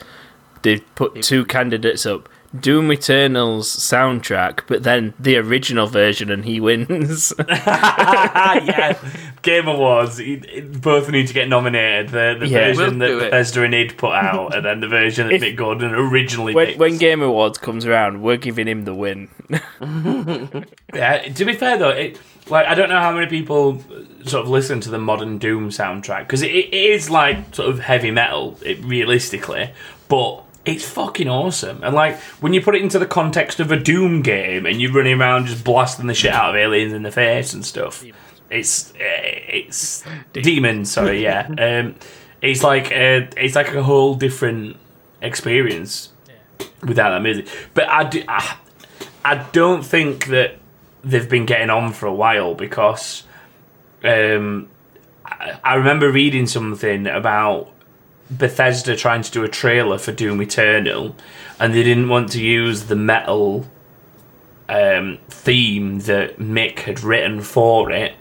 C: they put two candidates up. Doom Eternal's soundtrack, but then the original version, and he wins.
A: ah, yeah. Game Awards. you- you Both need to get nominated. The, the
C: Yeah.
A: version
B: We'll do
A: that
B: it.
A: Bethesda and id put out, and then the version that
C: If-
A: Mick Gordon originally
C: when,
A: picked.
C: when Game Awards comes around, we're giving him the win.
A: Yeah, to be fair though, it like I don't know how many people uh, sort of listen to the modern Doom soundtrack because it, it is like sort of heavy metal, it, realistically, but it's fucking awesome. And like when you put it into the context of a Doom game and you're running around just blasting the shit out of aliens in the face and stuff, it's uh, it's demons. Sorry, yeah, um, it's like uh, it's like a whole different experience without that music. But I do. I, I don't think that they've been getting on for a while because um, I, I remember reading something about Bethesda trying to do a trailer for Doom Eternal, and they didn't want to use the metal um, theme that Mick had written for it.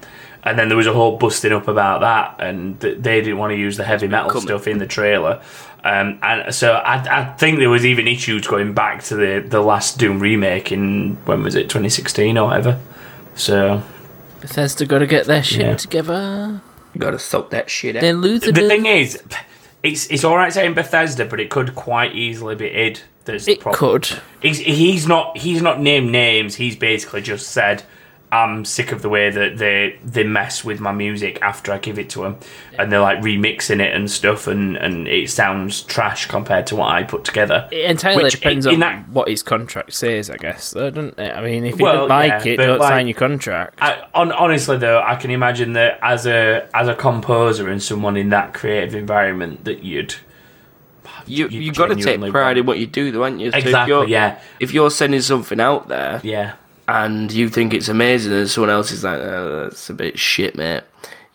A: And then there was a whole busting up about that, and th- they didn't want to use the heavy metal
B: coming.
A: stuff in the trailer. Um, and so I, I think there was even issues going back to the, the last Doom remake in when was it 2016 or whatever. So
C: Bethesda got to get their shit
A: Yeah.
C: together.
B: Gotta stop that shit
C: They're
B: out.
C: losing.
A: the thing is, it's it's all right saying Bethesda, but it could quite easily be id. That's the
C: it
A: problem.
C: could.
A: He's, he's not he's not named names. He's basically just said, "I'm sick of the way that they they mess with my music after I give it to them, and they're like remixing it and stuff, and and it sounds trash compared to what I put together."
C: It entirely
A: Which
C: depends
A: in-
C: on
A: in that-
C: what his contract says, I guess. Though, doesn't it? I mean, if you
A: Well,
C: don't like
A: yeah,
C: it,
A: but
C: don't
A: like-
C: sign your contract.
A: I, on, honestly though, I can imagine that as a as a composer and someone in that creative environment, that you'd
B: You
A: you
B: you gotta take
A: genuinely
B: pride
A: want-
B: in what you do, though, aren't you? So if
A: Exactly,
B: you're-
A: yeah.
B: If you're sending something out there
A: yeah.
B: and you think it's amazing, and someone else is like, oh, "That's a bit shit, mate,"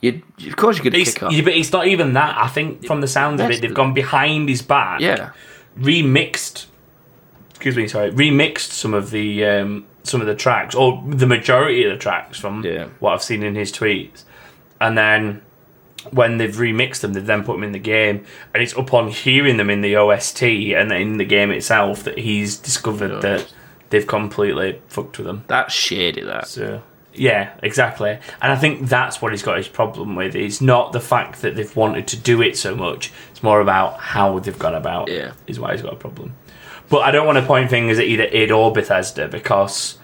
B: you of course you could
A: It's,
B: kick off.
A: yeah, but it's not even that. I think from the sounds of
B: That's
A: it, they've
B: the-
A: gone behind his back.
B: Yeah.
A: remixed. Excuse me, sorry. Remixed some of the um, some of the tracks, or the majority of the tracks from
B: Yeah.
A: what I've seen in his tweets, and then when they've remixed them, they've then put them in the game, and it's upon hearing them in the OST and in the game itself that he's discovered that they've completely fucked with them.
B: That's shady. That
A: So yeah, exactly. And I think that's what he's got his problem with. It's not the fact that they've wanted to do it so much. It's more about how they've gone about. it,
B: Yeah.
A: is why he's got a problem. But I don't want to point fingers at either id or Bethesda because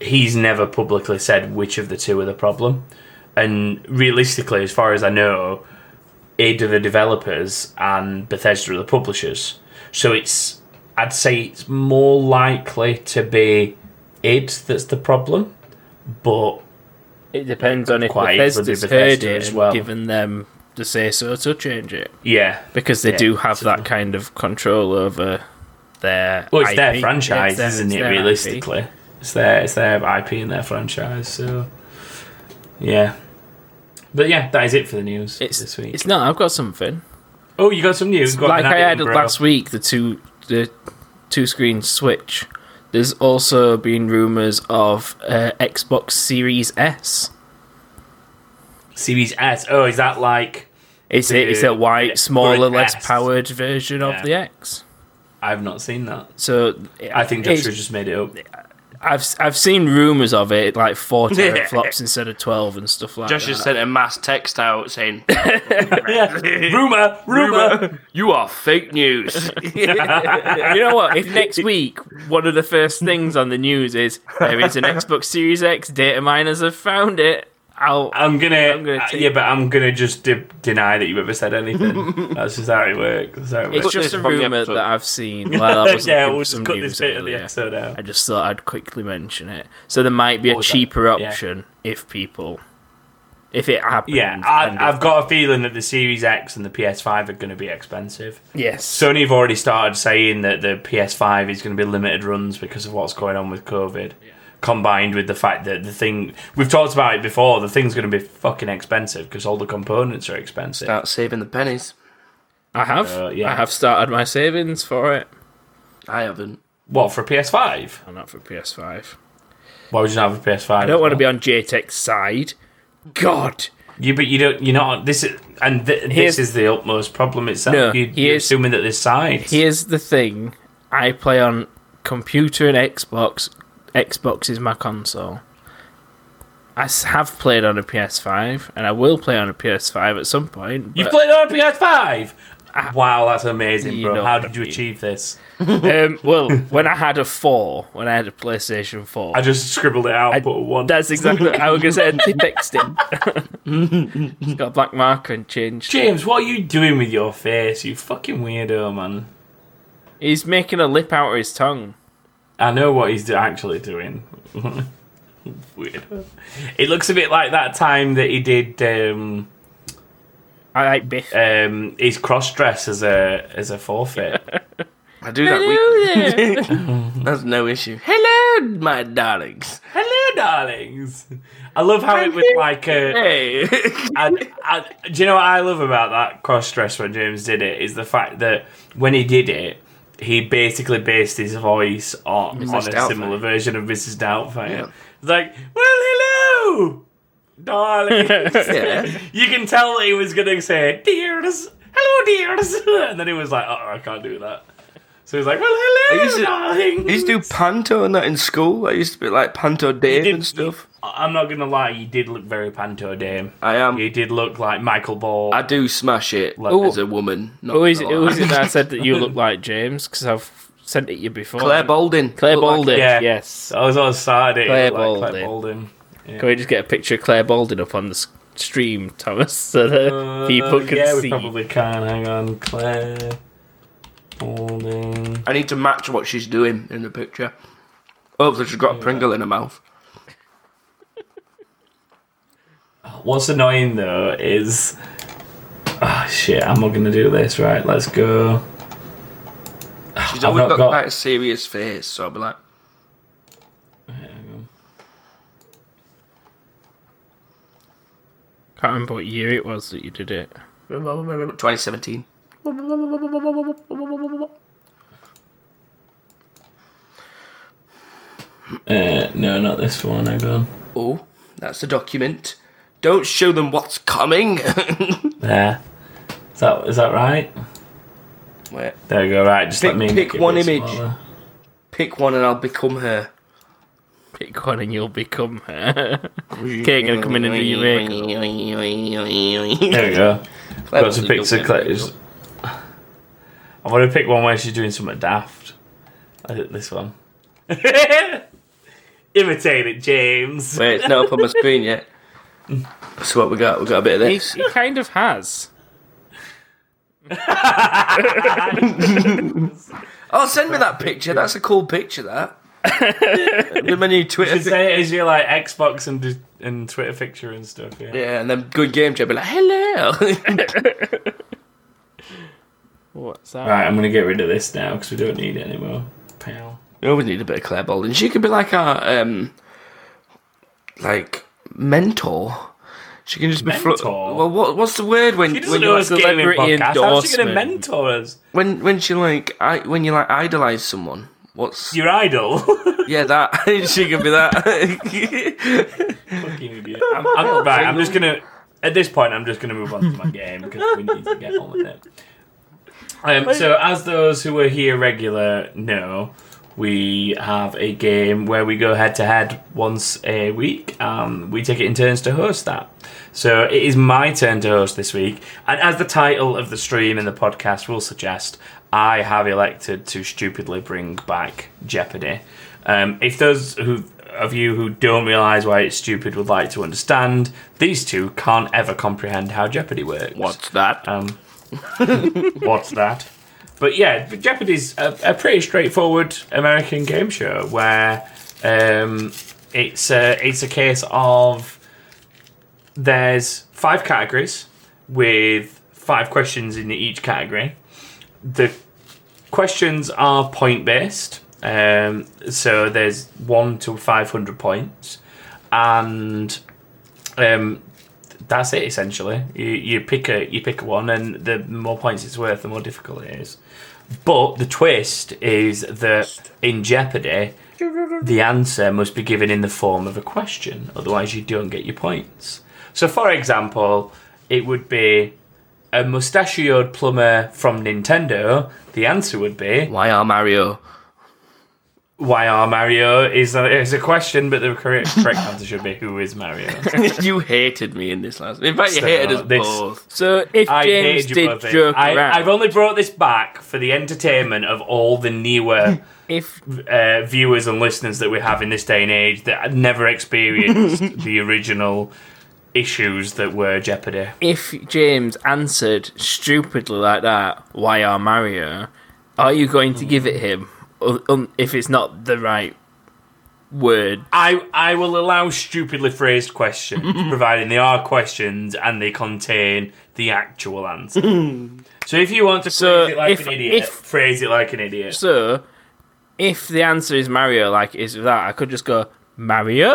A: he's never publicly said which of the two are the problem. And realistically, as far as I know, id are the developers and Bethesda are the publishers. So it's I'd say it's more likely to be id that's the problem but
C: It depends on if
A: Quite
C: Bethesda's
A: equally Bethesda
C: heard it
A: as
C: and
A: well.
C: given them the say so to change it
A: yeah,
C: because they
A: Yeah,
C: do have
A: so-
C: that kind of control over their.
A: well, it's
C: IP.
A: their franchise,
C: It's their-
A: isn't
C: it's
A: it?
C: their IP.
A: Realistically, it's their it's their IP and their franchise. So yeah, but yeah, that is it for the news
C: It's
A: this week.
C: It's not. I've got something.
A: oh, you got some news? Go on,
C: like
A: then,
C: I
A: Adam,
C: had
A: bro.
C: last week, the two the two screen switch. There's also been rumors of uh, Xbox Series S.
A: Series S. Oh, is that like
C: It's a, it's a
A: The
C: white,
A: current
C: smaller, less
A: S.
C: powered version
A: Yeah.
C: of the X.
A: I've not seen that.
C: So
A: I think
C: it's-
A: Joshua just made it up.
C: I've I've seen rumors of it, like four teraflops instead of twelve and stuff like
B: Josh
C: that.
B: just sent a mass text out saying,
A: Yeah, rumor, rumor.
B: "Rumor, you are fake news."
C: you know what? If next week one of the first things on the news is there is an Xbox Series X, data miners have found it. I'll
A: I'm gonna,
C: gonna
A: uh,
C: take-
A: yeah, but I'm gonna just de- deny that you ever said anything. That's just how it works. That's how it
C: It's
A: works.
B: this
C: just a
B: from the
C: rumor
B: episode.
C: that I've seen while I was
A: yeah,
C: looking
A: we'll
C: for
A: just
C: some
A: cut this
C: news
A: bit of the
C: earlier.
A: episode out.
C: I just thought I'd quickly mention it. So there might be a
A: was that?
C: cheaper
A: Yeah.
C: option if people, if it happens.
A: Yeah,
C: and
A: I,
C: if-
A: I've got a feeling that the Series X and the PS5 are going to be expensive.
C: yes.
A: Sony have already started saying that the PS5 is going to be limited runs because of what's going on with COVID. Combined with the fact that the thing we've talked about it before, the thing's going to be fucking expensive because all the components are expensive.
B: Start saving the pennies.
C: I have.
A: Uh, yeah.
C: I have started my savings for it.
B: I haven't.
A: What for a PS5?
C: Oh, not for PS5.
A: Why would you not have a PS5?
C: I don't want to be on JTEC's side. God.
A: You, but you don't. You're not. This is and th- this
C: Here's-
A: is the utmost problem itself.
C: No,
A: you, you're
C: here's-
A: assuming that there's sides.
C: Here's the thing. I play on computer and Xbox. Xbox is my console. I s- have played on a PS5, and I will play on a PS5 at some point.
A: You've
C: but-
A: played on a PS5.
C: Ah.
A: Wow, that's amazing,
C: You
A: bro.
C: know
A: How
C: what I
A: did you
C: mean.
A: achieve this?
C: um, well, when I had a four, when I had a PlayStation Four,
A: I just scribbled it out,
C: I-
A: put a one.
C: that's exactly I was gonna say. and They fixed it. It's got a black marker and changed.
A: James, what are you doing with your face? You fucking weirdo, man.
C: He's making a lip out of his tongue.
A: I know what he's do- actually doing. weirdo. It looks a bit like that time that he did um,
C: I like Biff.
A: um, his cross dress as a as a forfeit.
B: I do that. week.
C: Hello there.
B: That's no issue. Hello, my darlings.
A: Hello, darlings. I love how it was like a.
B: Hey.
A: I, I, do you know what I love about that cross dress when James did it is the fact that when he did it, he basically based his voice on, on a
B: Doubtfire.
A: similar version of Mrs. Doubtfire.
B: Yeah.
A: It's like, well, hello, darling.
B: yeah.
A: you can tell that he was going to say, dears, hello, dears. And then he was like, oh, I can't do that. So he was like, well,
B: I
A: hello,
B: used to-
A: darling.
B: I used to do panto and that in school. I used to be like panto Dave
A: did-
B: and stuff.
A: I- I'm not going to lie, you did look very panto dame.
B: I um, am.
A: You did look like Michael Ball.
B: I do smash it
A: Ooh.
B: as a woman. Not
C: Who is it?
B: gonna
C: Who
B: lie.
C: is it that I said that you look like James? Because I've sent it you before.
B: Claire Balding.
C: Claire
B: Look like-
C: Balding.
A: Yeah.
C: Yes.
A: I was on Saturday.
C: Claire
A: like, Claire
C: Balding.
A: Balding.
C: Can we just get a picture of Claire Balding up on the s- stream, Thomas, so that people
A: Uh,
C: can
A: yeah,
C: see?
A: we probably can. Hang on, Claire Balding.
B: I need to match what she's doing in the picture. Hopefully, she's got a Pringle in her mouth.
A: What's annoying though is, oh shit, I'm not gonna do this. Right, let's go.
B: She's
A: I've
B: always
A: not
B: got,
A: got-
B: quite a serious face, so I'll be like,
C: Can't remember what year it was that you did it.
B: 2017.
A: Uh, no, not this one. Hang on.
B: Oh, that's a document. Don't show them what's coming.
A: Yeah. Is that is that right?
B: Wait,
A: There we go. Right, just
B: Pick-
A: let me
B: pick
A: get
B: one
A: this
B: image.
A: smaller.
B: pick one and I'll become her.
C: Pick one and you'll become her. Kate gonna come in and do your makeup.
A: There we go. Got some
B: Cleverly
A: picture
B: done,
A: clips. I want to pick one where she's doing something daft. I think this one. Imitate it, James.
B: Wait, it's not up on my screen yet. So what we got? We got a bit of
C: He,
B: this.
C: he kind of has.
B: Oh, send me that picture. That's a cool picture. That. With my new Twitter.
A: Should
B: pic-
A: say it as your like Xbox and and Twitter picture and stuff. Yeah.
B: Yeah, and then good game chat. Be like, hello.
C: What's that?
A: Right, I'm gonna get rid of this now because we don't need it anymore. Pal.
B: we always need a bit of Claire Baldwin. She could be like our um, like mentor. She can just be flo-
A: Mentor?
B: well, what, what's the word when
A: She doesn't
B: when
A: know
B: you
A: us gaming
C: celebrity
A: podcast. How's she gonna
C: endorsement.
A: mentor us?
B: when when she like I when you like idolize someone? What's
A: Your idol.
B: yeah that she could be that.
A: Fucking idiot. I'm, I'm, right, I'm just gonna. At this point, I'm just gonna move on to my game because we need to get on with it. Um, so, as those who are here regular know, we have a game where we go head to head once a week. Um, we take it in turns to host that. So it is my turn to host this week, and as the title of the stream and the podcast will suggest, I have elected to stupidly bring back Jeopardy. Um, if those who of you who don't realise why it's stupid would like to understand, these two can't ever comprehend how Jeopardy works.
B: What's that?
A: Um, what's that? But yeah, but Jeopardy's a, a pretty straightforward American game show where um, it's a, it's a case of there's five categories with five questions in each category. The questions are point based, um, so there's one to five hundred points, and um, that's it essentially. You, you pick a you pick one, and the more points it's worth, the more difficult it is. But the twist is that in Jeopardy, the answer must be given in the form of a question, otherwise you don't get your points. So, for example, it would be a mustachioed plumber from Nintendo. The answer would be
B: Why are Mario?
A: why are Mario? Is a, is a question, but the correct correct answer should be who is Mario.
B: you hated me in this last. In fact, you
A: So,
B: hated us
A: this-
B: both.
C: So if
A: I
C: James
A: hated you
C: did
A: both.
C: joke
A: I,
C: around,
A: I've only brought this back for the entertainment of all the newer
C: if
A: uh, viewers and listeners that we have in this day and age that had never experienced the original issues that were Jeopardy.
C: if James answered stupidly like that, why are Mario? Are you going to give it him Un- un- if it's not the right word?
A: I I will allow stupidly phrased questions, providing they are questions and they contain the actual answer. so if you want to
C: So
A: phrase it like
C: if-
A: an idiot,
C: if-
A: phrase it like an idiot.
C: So if the answer is Mario, like is that, I could just go Mario.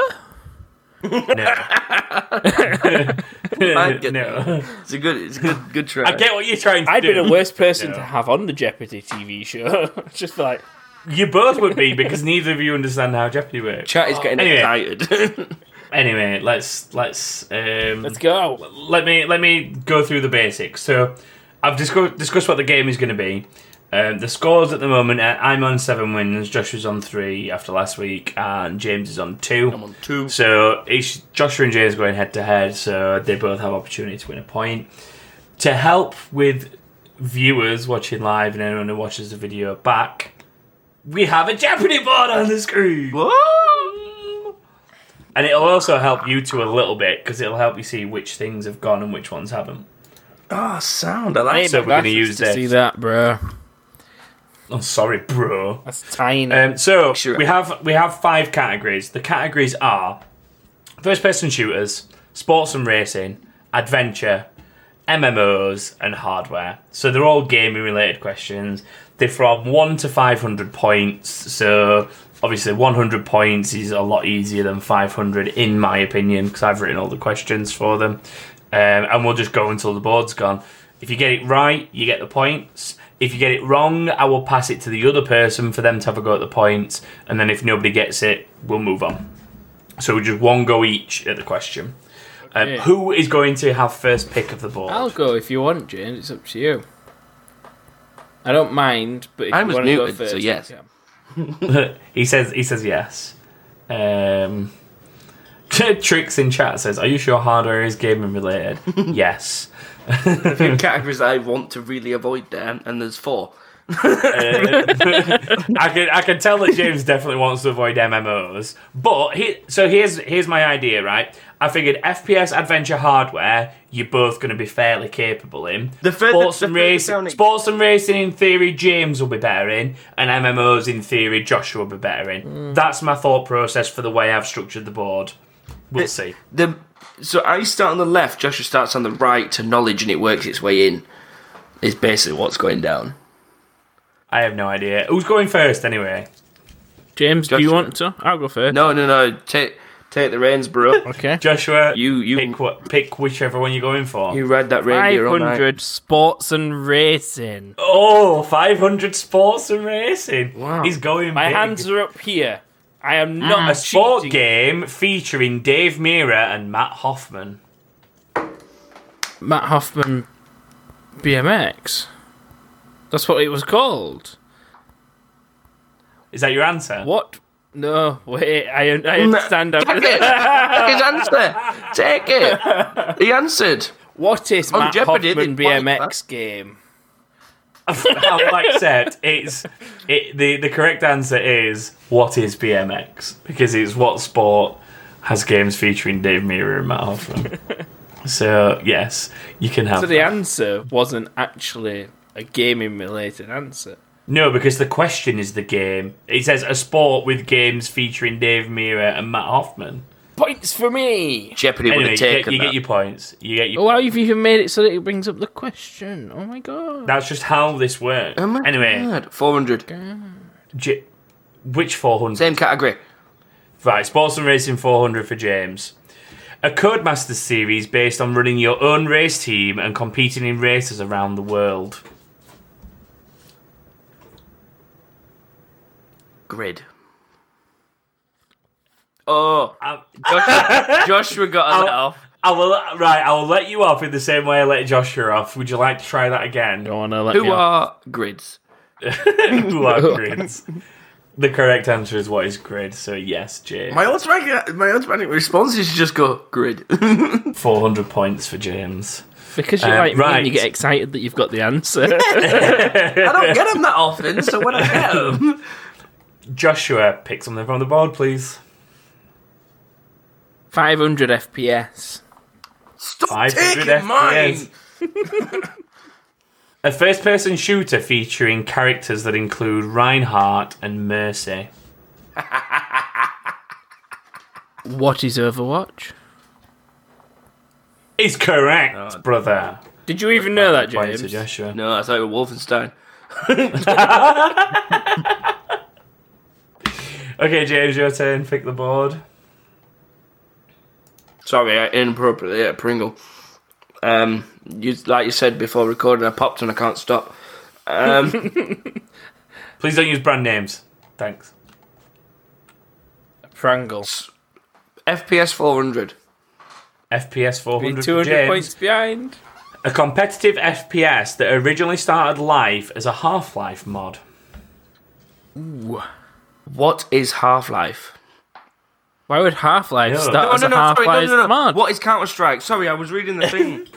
A: No. no.
B: It's a good, it's a good, good try.
A: I get what you're trying to
C: I'd
A: do.
C: be the worst person
A: No.
C: to have on the Jeopardy TV show. just like
A: You both would be because neither of you understand how Jeopardy works.
B: Chat is getting
A: Anyway.
B: excited.
A: Anyway, let's let's um,
C: let's go.
A: let me let me go through the basics. So I've discuss, discussed what the game is going to be. Um, the scores at the moment: uh, I'm on seven wins, Joshua's on three after last week, and James is on 2
B: I'm on two.
A: So each Joshua and James going head to head, so they both have opportunity to win a point. To help with viewers watching live and anyone who watches the video back, we have a Jeopardy board on the screen. And it'll also help you two a little bit because it'll help you see which things have gone and which ones haven't.
B: Ah, sound. I like
A: So
B: it.
A: we're going to
C: Glasses
A: use
C: to
A: this.
C: see that, bro.
A: I'm Oh, sorry, bro.
C: That's tiny.
A: Um, so
B: Sure.
A: we have we have five categories. The categories are first person shooters, sports and racing, adventure, MMOs, and hardware. So they're all gaming related questions. They're from one to five hundred points. So obviously, one hundred points is a lot easier than five hundred, in my opinion, because I've written all the questions for them. Um, and we'll just go until the board's gone. If you get it right, you get the points. If you get it wrong, I will pass it to the other person for them to have a go at the points. And then if nobody gets it, we'll move on. So just one go each at the question. Um,
C: Yeah.
A: Who is going to have first pick of the board?
C: I'll go if you want, James. It's up to you. I don't mind, but if
B: I
C: you
B: was
C: want to go
B: muted, so
C: first, you
B: yes.
C: can.
A: he says he says yes. Um, Tricks in chat says, "Are you sure hardware is gaming related?" yes.
B: Few categories I want to really avoid, Dan, and there's four.
A: I can I can tell that James definitely wants to avoid MMOs. But he, so here's here's my idea, right? I figured FPS adventure hardware, you're both going to be fairly capable in.
B: The further-
A: sports
B: the
A: and
B: further
A: racing,
B: down it-
A: sports and racing in theory, James will be better in, and MMOs in theory, Joshua will be better in.
B: Hmm.
A: That's my thought process for the way I've structured the board. We'll
B: It-
A: see.
B: The so I start on the left, Joshua starts on the right to knowledge, and it works its way in. Is basically what's going down.
A: I have no idea who's going first anyway.
C: James, do
B: Josh-
C: you want to? I'll go first.
B: No, no, no. Take take the reins, bro.
C: Okay.
A: Joshua,
B: You- you-
A: pick, what, pick whichever one you're going for.
B: You ride that reindeer all night.
C: 500 sports and racing.
A: Oh, 500 sports and racing.
B: Wow.
A: He's going
C: My
A: big.
C: hands are up here. I am not
A: a sport
C: cheating.
A: game featuring Dave Mira and Matt Hoffman.
C: Matt Hoffman BMX. That's what it was called.
A: Is that your answer?
C: What? No, wait. I, I understand.
B: Take it. Take his answer. Take it. He answered.
C: what is
B: On
C: Matt
B: Jeopardy,
C: Hoffman
B: they play
C: BMX game?
A: I will accept it's it, the the correct answer is what is BMX because it's what sport has games featuring Dave Mira and Matt Hoffman. so yes, you can have.
C: So the
A: that.
C: answer wasn't actually a gaming related answer.
A: No, because the question is the game. It says a sport with games featuring Dave Mira and Matt Hoffman.
C: Points for me!
B: Jeopardy would
A: Anyway,
B: have
A: you get,
B: taken
A: you
B: that.
A: get your points. You get your.
C: Wow, you've even made it so that it brings up the question. Oh my god.
A: That's just how this works.
B: Oh my
A: anyway,
B: God. 400.
A: J- which 400?
B: Same category.
A: Right, Sports and Racing 400 for James. A Codemasters series based on running your own race team and competing in races around the world.
B: Grid. Oh,
A: I,
B: Joshua
A: Oh.
B: got a let off.
A: I will right. I will let you off in the same way I let Joshua off. Would you like to try that again?
C: Don't want to let
B: Who
C: me off.
B: are grids?
A: Who are grids? The correct answer is what is grid. So yes, James.
B: My automatic, my automatic response is just go grid.
A: 400 points for James.
C: Because you're
A: Um,
C: like me
A: right.
C: and you get excited that you've got the answer.
B: I don't get them that often, so when I get them,
A: Joshua, pick something from the board, please.
C: 500 FPS.
B: stop
A: 500
B: taking mine.
A: FPS. A first person shooter featuring characters that include Reinhardt and Mercy.
C: What is Overwatch?
A: Is correct, brother.
C: Did you even know that,
A: Point
C: Oh, James?
A: to Joshua.
B: No, I thought it was Wolfenstein.
A: Okay, James, your turn. Pick the board.
B: Sorry, I inappropriately ate a Pringle. Um, you, like you said before recording, I popped and I can't stop. Um,
A: Please don't use brand names. Thanks.
C: Prangle.
B: FPS 400.
A: FPS 400 for
C: 200
A: James.
C: points behind.
A: A competitive FPS that originally started life as a Half-Life mod.
B: What is Half Life?
C: Why would Half Life
A: No.
C: start
B: Oh,
A: No,
C: as a Half Life mod?
B: What is Counter Strike? Sorry, I was reading the thing.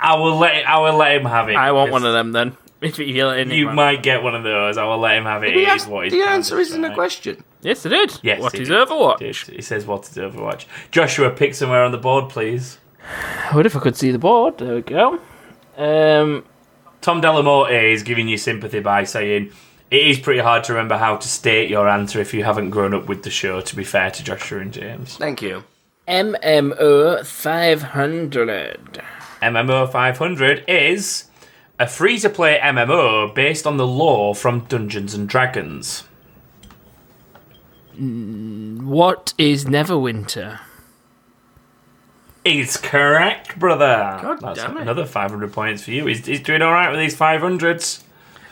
A: I will let I will let him have it.
C: I want
A: because
C: one of them then. If you let it
A: You might get one of those. I will let him have it. It
B: the
A: is
B: answer,
A: what he's
B: the
A: branded,
B: answer isn't a
A: right?
B: question.
C: Yes, it did.
A: Yes,
C: what
A: it
C: is
A: did.
C: Overwatch?
A: It it says what is Overwatch. Joshua, pick somewhere on the board, please.
C: What if I could see the board? There we go. Um,
A: Tom Delamorte is giving you sympathy by saying it is pretty hard to remember how to state your answer if you haven't grown up with the show. To be fair to Joshua and James,
B: Thank you.
C: MMO 500.
A: MMO 500 is a free-to-play MMO based on the lore from Dungeons and Dragons.
C: What is Neverwinter?
A: It's correct, brother.
B: God
A: That's
B: damn it.
A: another 500 points for you. He's, he's doing all right with these 500s.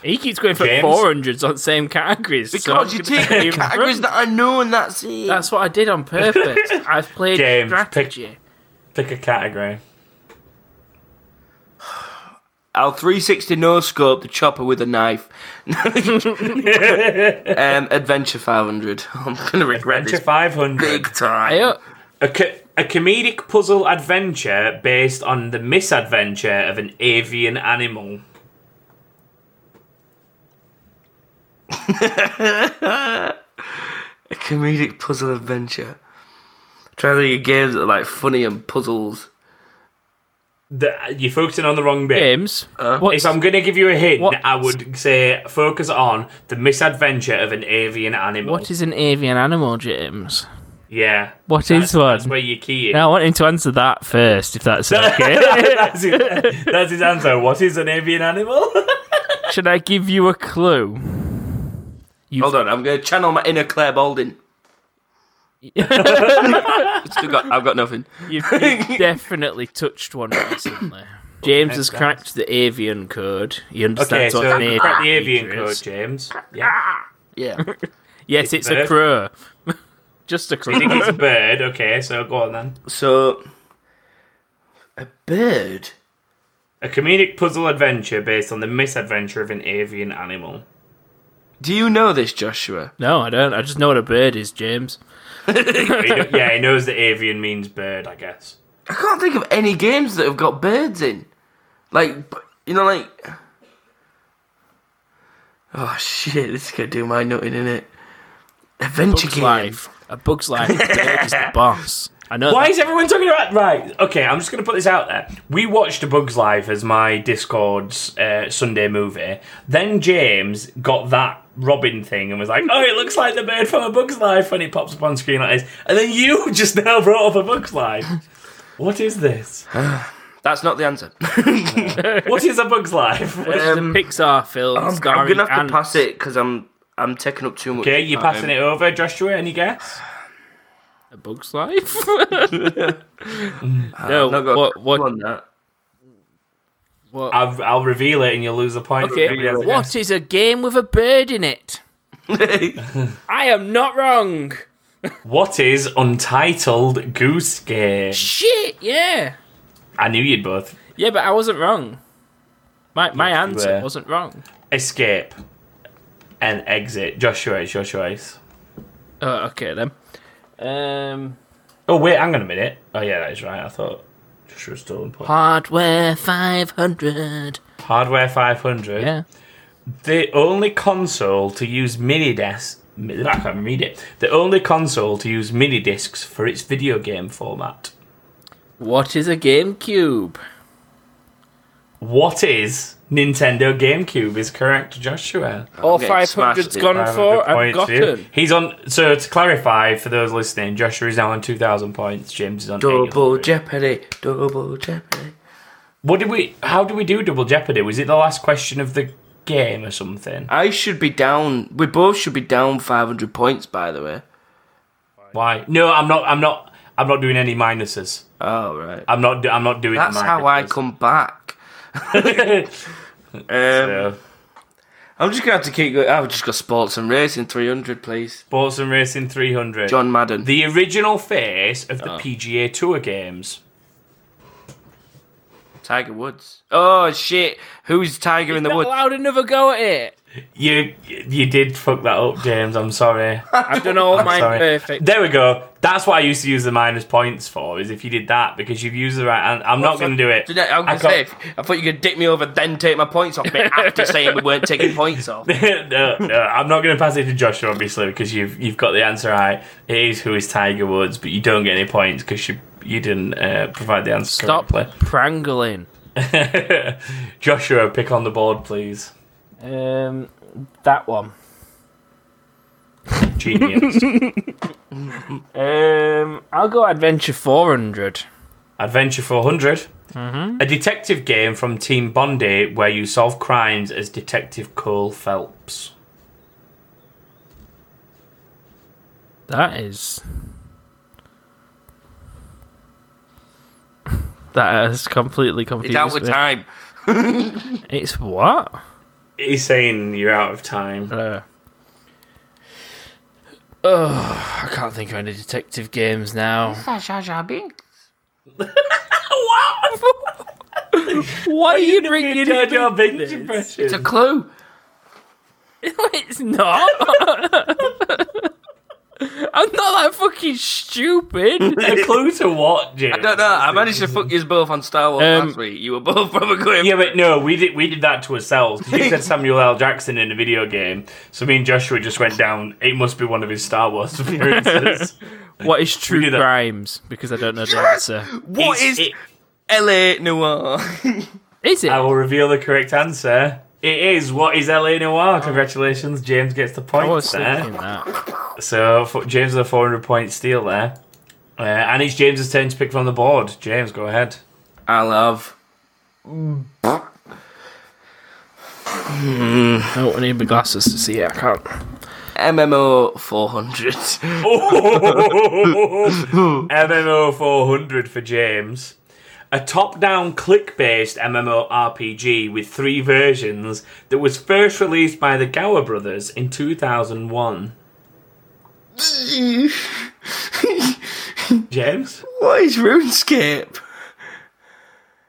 C: He keeps going for
A: James?
C: 400s on the same categories. so
B: Because
C: I'm
B: you
C: gonna
B: take
C: be in front.
B: categories that I know and that's it.
C: That's what I did on purpose. I've played
A: James, pick-
C: strategy.
A: Pick a category.
B: Our 360 no scope, the chopper with a knife. um, Adventure 500. I'm gonna regret
A: Adventure
B: this
A: 500.
B: big time.
C: I, uh,
A: A, co- a comedic puzzle adventure based on the misadventure of an avian animal.
B: A comedic puzzle adventure. Try to think of games that are like funny and puzzles.
A: The, you're focusing on the wrong bit.
C: James,
A: If
C: what's,
A: I'm going to give you a hint,
C: What-
A: I would say focus on the misadventure of an avian animal.
C: what is an avian animal, James?
A: Yeah.
C: What
A: That's,
C: is one?
A: that's where you key it.
C: Now, I want him to answer that first, if that's okay.
A: that's, his, that's his answer. What is an avian animal?
C: Should I give you a clue? You
B: Hold on, I'm gonna channel my inner Claire Balding. Still got, I've got nothing.
C: You've, you've definitely touched one recently. James has cracked the avian code. He
A: okay,
C: understands
A: so
C: what an
A: crack the avian
C: avian creature
A: code,
C: is.
A: James. Yeah.
B: Yeah.
C: Yes, it's a
A: Bird.
C: crow. Just a crow.
A: You think it's a bird? Okay, so go on then.
B: So, a bird.
A: A comedic puzzle adventure based on the misadventure of an avian animal.
B: Do you know this, Joshua?
C: No, I don't. I just know what a bird is, James.
A: He kno- yeah, he knows that avian means bird, I guess.
B: I can't think of any games that have got birds in. Like, b- you know, like. Oh shit! This is gonna do my nutting in it. Adventure
C: Bug's
B: game.
C: life. A bug's life. A bird is the boss. I know.
A: Why
C: that-
A: is everyone talking about right? Okay, I'm just gonna put this out there. We watched A Bug's Life as my Discord's uh, Sunday movie. Then James got that Robin thing and was like, "Oh, it looks like the bird from A Bug's Life," when it pops up on screen like this. And then you just now brought up A Bug's Life. What is this?
B: That's not the answer.
A: What is A Bug's Life?
C: It's
B: um,
C: the Pixar film.
B: I'm, I'm
C: starring
B: gonna have
C: ants.
B: to pass it because I'm I'm taking up too much.
A: Okay, you're passing it over, Joshua. Any guess?
C: A bug's life. no,
B: Not got
C: what? What?
B: Uh, on that.
C: what-
A: I'll, I'll reveal it, and you'll lose a point.
C: okay. What is a game with a bird in it? I am not wrong.
A: What is Untitled Goose Game?
C: Shit. Yeah.
A: I knew you'd both
C: Yeah, but I wasn't wrong. My my
A: Yes, you
C: answer
A: were.
C: wasn't wrong.
A: escape and exit. Joshua, it's your choice.
C: Oh, okay then. Um,
A: Oh wait, hang on a minute. Oh yeah, that is right. I thought Joshua was stolen point.
C: hardware five hundred.
A: Hardware 500.
C: Yeah.
A: The only console to use mini discs. I can't read it. The only console to use mini discs for its video game format.
C: What is a GameCube?
A: What is Nintendo GameCube? Is correct, Joshua.
C: All
B: getting
C: five hundred's
B: smashed here.
C: gone
A: 500
C: for. I've
A: points for you.
C: gotten.
A: He's on. So to clarify for those listening, Joshua is now on two thousand points. James is on
B: Double
A: 800.
B: Jeopardy. Double Jeopardy.
A: What did we? How did we do double jeopardy? Was it the last question of the game or something?
B: I should be down. We both should be down 500 points, by the way.
A: Why? No, I'm not. I'm not. I'm not doing any minuses.
B: Oh right.
A: I'm not. do- I'm not doing.
B: That's
A: the
B: how I come back.
A: minuses.
B: Um,
A: so,
B: I'm just gonna have to keep going. I've just got sports and racing 300, please.
A: sports and racing 300.
B: John Madden.
A: The original face of the PGA Tour games.
B: Tiger Woods. Oh shit! Who's Tiger in the
C: Not
B: Woods?
C: allowed another go at it.
A: You you did fuck that up, James. I'm sorry.
C: I've done all mine
A: Sorry.
C: perfect.
A: There we go. That's what I used to use the minus points for. Is if you did that because you've used the right. And I'm not going to do it.
B: Did I, I, was
A: I
B: gonna say, I thought you could dick me over, then take my points off me after saying we weren't taking points off.
A: no, no, I'm not going to pass it to Joshua, obviously, because you've you've got the answer right. It is who is Tiger Woods, but you don't get any points because you you didn't uh, provide the answer
C: Stop
A: correctly.
C: prangling.
A: Joshua, pick on the board, please.
C: Um, that one.
A: Genius.
C: Um, I'll go Adventure 400.
A: Adventure 400.
B: Mm-hmm.
A: A detective game from Team Bondi where you solve crimes as Detective Cole Phelps.
C: That is. That has completely
B: It's out
C: confused
B: with
C: me.
B: time.
C: It's what?
A: he's saying you're out of time.
C: Uh, oh, I can't think of any detective games now.
A: what?
C: Why are you bringing
A: Jar Jar Binks impression.
B: It's a clue.
C: It's not. I'm not that fucking stupid.
A: a clue to what, Jim?
B: I don't know. I managed to fuck you both on Star Wars
C: Um,
B: last week. You were both probably.
A: Yeah, but no, we did we did that to ourselves. You said Samuel L. Jackson in a video game, so me and Joshua just went down. It must be one of his Star Wars appearances.
C: What is
A: We
C: true
A: do that.
C: crimes? Because I don't know the answer.
B: What
A: It's-
B: is
A: it-
B: LA Noir?
C: Is it?
A: I will reveal the correct answer. It is what is LA Noir. Congratulations, James gets the
C: I
A: points
C: was thinking
A: there.
C: that.
A: So fo- James with a four hundred point steal there, uh, and it's James's turn to pick from the board. James, go ahead.
B: I love.
C: Oh, I need my glasses to see it. I can't.
B: MMO 400.
A: MMO 400 for James. A top down click based MMORPG with three versions that was first released by the Gower brothers in 2001. James?
B: what is RuneScape?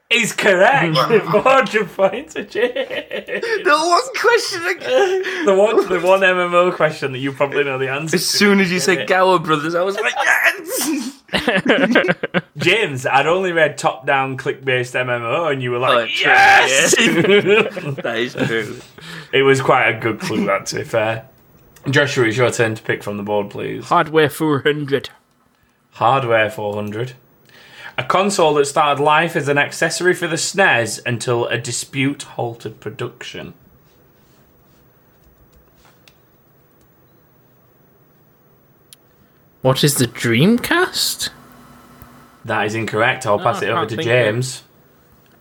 A: Is correct! 400 points to James!
B: The one question again.
A: The one, the one MMO question that you probably know the answer
B: As
A: to.
B: soon as you said Gower Brothers, I was like, yes!
A: James, I'd only read top down click based MMO and you were
B: Oh,
A: like,
B: true,
A: yes!
B: that is true.
A: It was quite a good clue, that, to be fair. Joshua, it's your turn to pick from the board, please.
C: Hardware 400.
A: Hardware 400. A console that started life as an accessory for the SNES until a dispute halted production.
C: What is the Dreamcast?
A: That is incorrect. I'll pass
C: Oh, I
A: it over
C: can't
A: to
C: think of
A: James.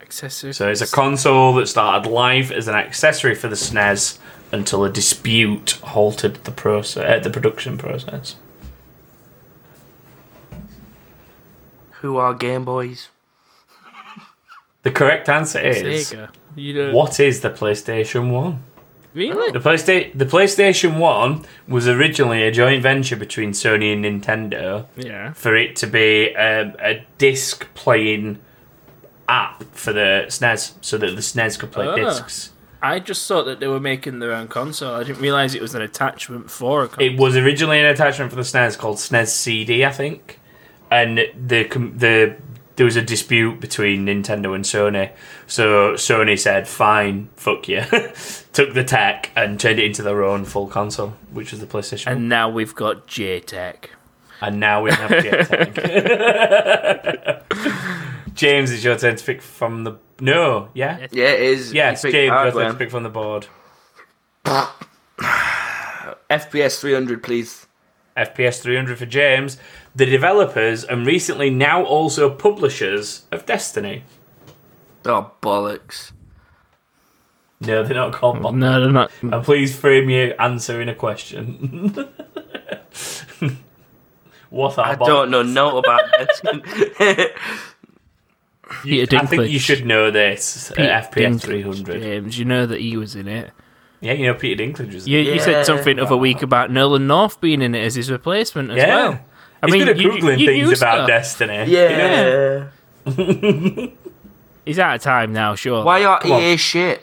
C: Accessory.
A: So it's a console that started life as an accessory for the SNES until a dispute halted the process, uh, the production process.
B: Who are Game Boys?
A: The correct answer is
C: Sega. You don't.
A: what is the PlayStation 1? The,
C: Really?
A: Playsta- the PlayStation 1 was originally a joint venture between Sony and Nintendo
C: Yeah.
A: for it to be um, a disc playing app for the SNES so that the SNES could play
C: Ah.
A: discs.
C: I just thought that they were making their own console. I didn't realize it was an attachment for a console.
A: It was originally an attachment for the SNES called E SNES CD, I think. And the com- the there was a dispute between Nintendo and Sony. So Sony said, "Fine, fuck you." Took the tech and turned it into their own full console, which was the PlayStation. 1.
C: and now we've got JTech.
A: And now we have jet tag. James, it's your turn to pick from the. No, yeah?
B: Yeah, it is.
A: Yes,
B: You picked
A: James, your
B: hardware.
A: turn to pick from the board.
B: FPS 300, please.
A: FPS 300 for James, the developers and recently now also publishers of Destiny.
B: Oh, bollocks.
A: No, they're not called Bot.
C: Oh, No, no, not.
A: And please frame your answer in a question. what are
B: I
A: Bot?
B: don't know no about that.
A: You-
C: Peter
A: I think
C: Dinklage.
A: you should know this. uh, FPS 300.
C: James, you know that he was in it.
A: Yeah, you know Peter Dinklage was
C: You, you
B: Yeah.
C: said something the other week about Nolan North being in it as his replacement as
A: Yeah.
C: well. I
A: He's
C: mean,
A: good at
C: you-
A: googling
C: you
A: things
C: used
A: about
C: to.
A: Destiny.
B: yeah.
A: You know?
C: He's out of time now, sure.
B: Why are
A: on.
B: EA shit?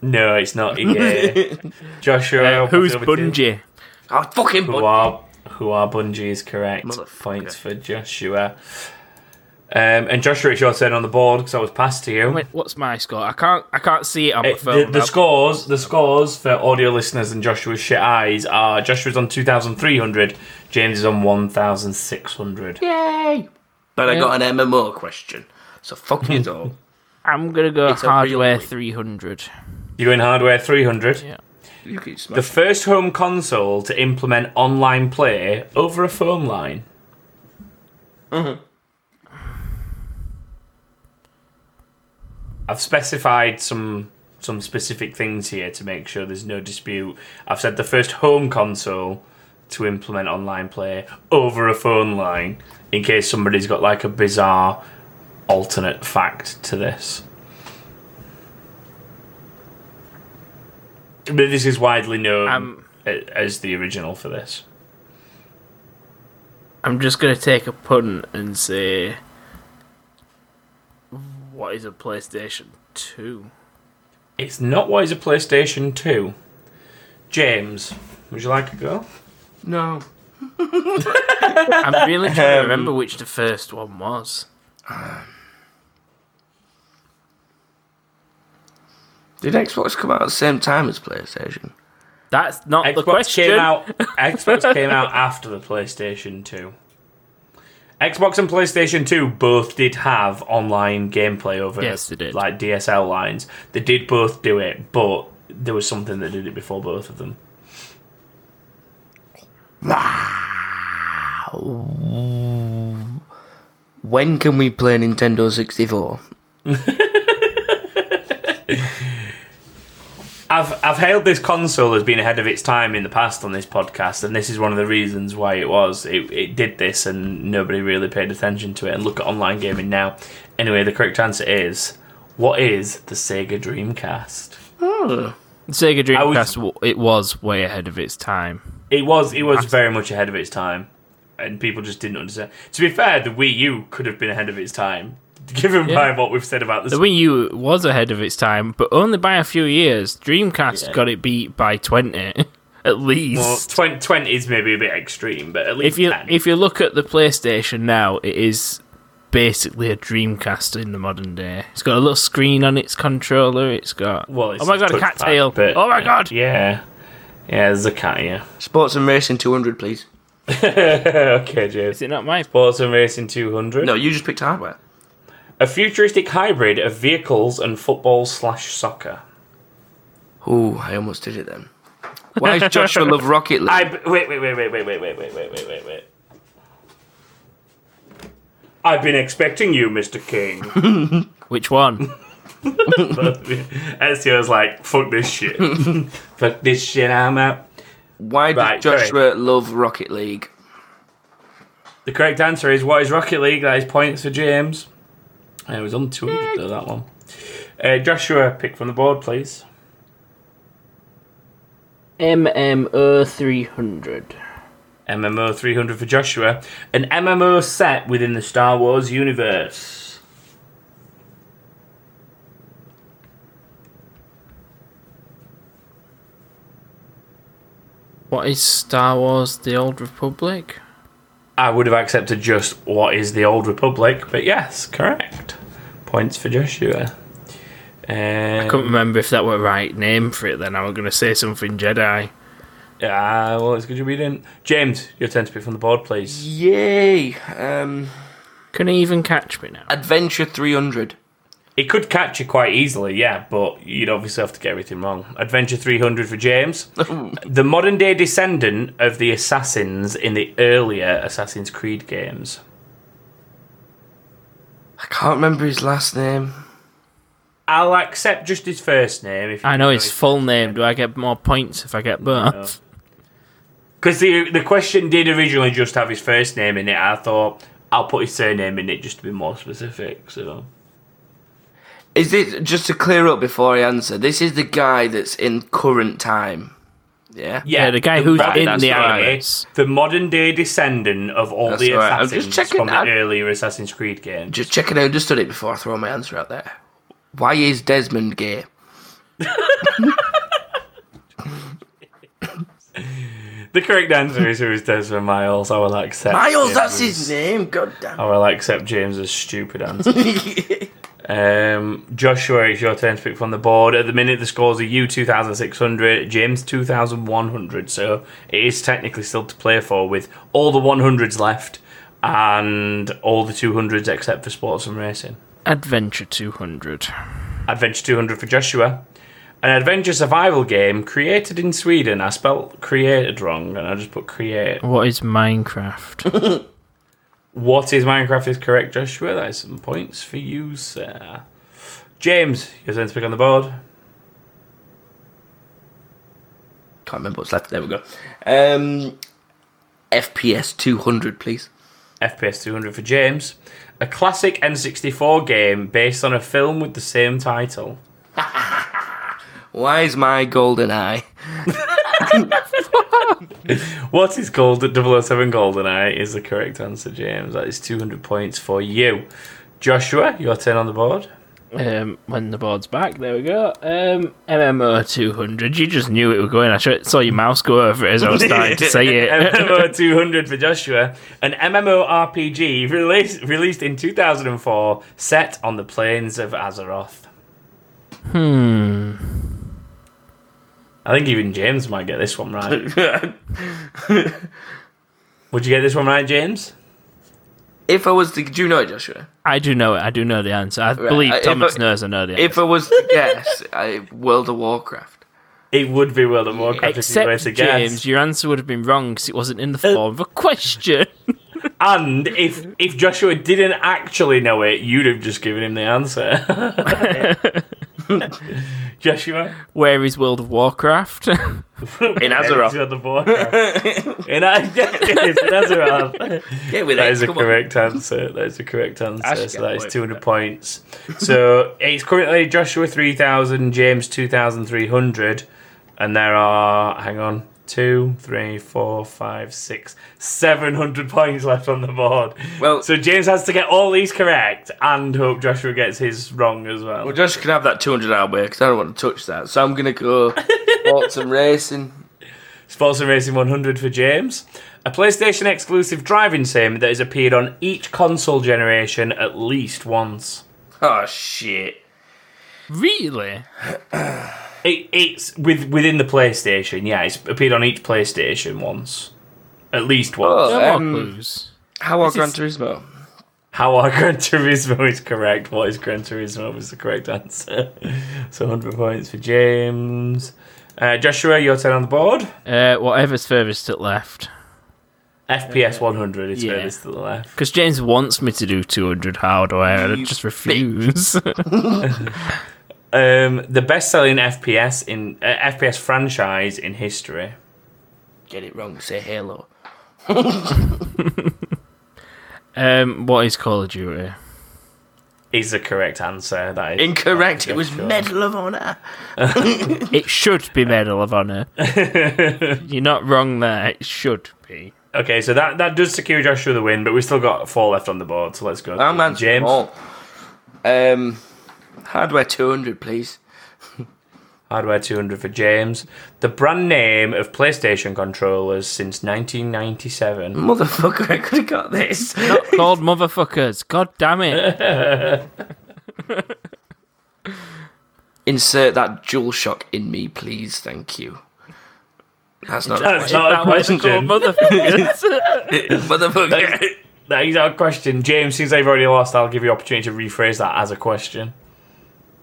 A: No, it's not EA. Joshua,
C: Uh,
A: I'll
C: who's
A: pass it over to you.
C: Bungie?
B: Oh, fucking
A: Who
B: but
A: are who are Bungie is correct.
B: Motherfucker.
A: Points for Joshua. Um, and Joshua, it's your turn on the board because I was passed to you.
C: Wait, what's my score? I can't. I can't see it on my
A: It- the,
C: phone.
A: the
C: now.
A: scores, the scores for audio listeners and Joshua's shit eyes are Joshua's on two thousand three hundred, James is on one thousand six hundred.
B: Yay! But I got an MMO question. So fuck you all.
C: I'm gonna go
B: a real
C: hardware
B: week.
C: 300.
A: You're in hardware three hundred.
B: You can
A: The
B: smash.
A: first home console to implement online play over a phone line. I've specified some some specific things here to make sure there's no dispute. I've said the first home console to implement online play over a phone line in case somebody's got like a bizarre alternate fact to this. But this is widely known
C: Um,
A: a- as the original for this.
C: I'm just gonna take a punt and say, what is a PlayStation Two?
A: It's not what is a PlayStation 2. James, would you like to go?
B: No.
C: I'm really
A: Um,
C: trying to remember which the first one was.
B: Did Xbox come out at the same time as PlayStation?
C: That's not the
A: Xbox
C: question.
A: came out. Xbox came out after the PlayStation 2. Xbox and PlayStation 2 both did have online gameplay over
C: Yes, they did.
A: like DSL lines. They did both do it, but there was something that did it before both of them.
B: When can we play Nintendo 64?
A: I've I've hailed this console as being ahead of its time in the past on this podcast, and this is one of the reasons why it was. It, it did this, and nobody really paid attention to it. And look at online gaming now. Anyway, the correct answer is what is the Sega Dreamcast?
B: Hmm.
C: Sega
A: I was-
C: Dreamcast. w It was way ahead of its time.
A: It was it was very much ahead of its time, and people just didn't understand. To be fair, the Wii U could have been ahead of its time, given
C: Yeah.
A: by what we've said about
C: The
A: the.
C: Wii U was ahead of its time, but only by a few years. Dreamcast
A: Yeah.
C: got it beat by twenty, at least.
A: Well, 20, 20 is maybe a bit extreme, but at least
C: if you
A: 10.
C: if you look at the PlayStation now, it is basically a Dreamcast in the modern day. It's got a little screen on its controller. It's got
A: well, it's
C: oh my
A: a
C: god, a
A: touchpad,
C: cat tail!
A: but- uh,
C: oh my god,
A: Yeah, yeah, there's a cat. Yeah,
B: Sports and Racing 200, please.
A: okay, James.
C: is it not my?
A: Sports and Racing 200.
B: No, you just picked hardware.
A: A futuristic hybrid of vehicles and football slash soccer.
B: Ooh, I almost did it then. Why is Joshua love Rocket League?
A: I wait, wait, wait, wait, wait, wait, wait, wait, wait, wait, wait, wait. I've been expecting you, Mr. King.
C: Which one?
A: Ezio's like, fuck this shit. fuck this shit, I'm out.
B: Why does
A: Right,
B: Joshua love Rocket League?
A: The correct answer is what is Rocket League? That is points for James. Uh, It was on 200 though, that one. Uh, Joshua, pick from the board, please.
C: MMO three hundred.
A: MMO 300 for Joshua. An MMO set within the Star Wars universe.
C: What is Star Wars: The Old Republic?
A: I would have accepted just what is the Old Republic, but yes, correct. Points for Joshua. Um,
C: Couldn't remember if that were right name for it. Then I was going to say something Jedi.
A: Ah, well, it's good you didn't. James, your turn to pick from the board, please.
B: Yay! Um,
C: Can he even catch me now?
B: Adventure 300.
A: It could catch you quite easily, yeah, but you'd obviously have to get everything wrong. Adventure 300 for James. the modern day descendant of the assassins in the earlier Assassin's Creed games.
B: I can't remember his last name.
A: I'll accept just his first name. If you
C: I know his full name. Do I get more points if I get both?
A: Because the, the question did originally just have his first name in it. I thought I'll put his surname in it just to be more specific, so.
B: Is it just to clear up before I answer? This is the guy that's in current time. Yeah.
C: Yeah, the guy who's
B: Right,
C: in
B: that's
C: the
B: right.
C: animus.
A: The modern day descendant of all
B: That's
A: the
B: right. I'm
A: assassins
B: just checking
A: from the
B: that.
A: earlier Assassin's Creed game.
B: Just checking. I understood it before I throw my answer out there. Why is Desmond gay?
A: The correct answer is who is Desmond Miles. I will accept.
B: Miles,
A: James'
B: that's his name. God
A: I
B: damn.
A: will accept James's stupid answer. um, Joshua, it's your turn to pick from the board. At the minute, the scores are you 2,600, James 2,100. So it is technically still to play for with all the 100s left and all the 200s except for sports and racing.
C: Adventure 200.
A: Adventure 200 for Joshua. An adventure survival game created in Sweden. I spelled created wrong and I just put create.
C: What is Minecraft?
A: What is Minecraft is correct, Joshua. That is some points for you, sir. James, your turn to pick on the board.
B: Can't remember what's left. There we go. Um, FPS 200, please.
A: FPS 200 for James. A classic N64 game based on a film with the same title.
B: Why is my golden eye?
A: What is called at 007 GoldenEye is the correct answer, James. That is 200 points for you. Joshua, your turn on the board.
C: Um, when the board's back, there we go. Um, MMO 200. You just knew it was going. I sh- saw your mouse go over it as I was starting to say it.
A: MMO 200 for Joshua, an MMORPG released, released in 2004, set on the plains of Azeroth.
C: hmm.
A: I think even James might get this one right. Would you get this one right, James?
B: if I was to, do you know it, Joshua?
C: I do know it. I do know the answer. I believe
B: I- if
C: Thomas
B: I-
C: knows I know the answer.
B: If I was to guess, I, World of Warcraft.
A: It would be World of Warcraft if you were
C: Except
A: to
C: James,
A: guess.
C: your answer would have been wrong because it wasn't in
B: Uh,
C: the form of a question.
A: And if if Joshua didn't actually know it, you'd have just given him the answer. Joshua,
C: Where is World of Warcraft?
B: In Azeroth.
A: He's on the board. In A- yes, it is, in Azeroth.
B: Get with
A: That
B: it.
A: is a
B: come on.
A: correct answer. That is a correct answer.
B: should
A: So
B: get
A: that is
B: away
A: 200 points. So it's currently Joshua 3000, James 2300, and there are, hang on, two, three, four, five, six, 700 points left on the board.
B: Well-
A: so James has to get all these correct and hope Joshua gets his wrong as well.
B: Well, Josh can have that 200 hour way because I don't want to touch that. So I'm going to go sports and racing.
A: Sports and Racing 100 for James. A PlayStation exclusive driving sim that has appeared on each console generation at least once.
B: Oh, shit.
C: really?
A: It, it's with within the PlayStation. Yeah, it's appeared on each PlayStation once, at least once.
B: Oh.
C: No more
B: Um,
C: clues.
B: How are Gran
C: This
B: Turismo?
A: How are Gran Turismo is correct? What is Gran Turismo was the correct answer. so 100 points for James. Uh, Joshua, your turn on the board.
C: Uh, whatever's furthest at left.
A: FPS 100 is
C: yeah.
A: furthest to the left.
C: Because James wants me to do 200 hardware, and I
B: You
C: just refuse.
A: Um, the best-selling FPS in uh, FPS franchise in history.
B: Get it wrong, say Halo.
C: um, what is Call of Duty?
A: Is the correct answer. That is
B: Incorrect, it was
A: Joshua.
B: Medal of Honor.
C: It should be Medal of Honor. You're not wrong there. It should be.
A: Okay, so that, that does secure Joshua the win, but we've still got four left on the board, so let's go.
B: That man's
A: James.
B: small. Um, hardware 200, please.
A: Hardware 200 for James. The brand name of PlayStation controllers since 1997.
B: Motherfucker, I could have got this.
C: Called motherfuckers. God damn it.
B: Insert that dual shock in me, please. Thank you. That's not
A: That's
B: a
A: not a
C: That was called
A: question.
C: motherfuckers.
B: motherfucker.
A: That is our question. James, since I've already lost, I'll give you opportunity to rephrase that as a question.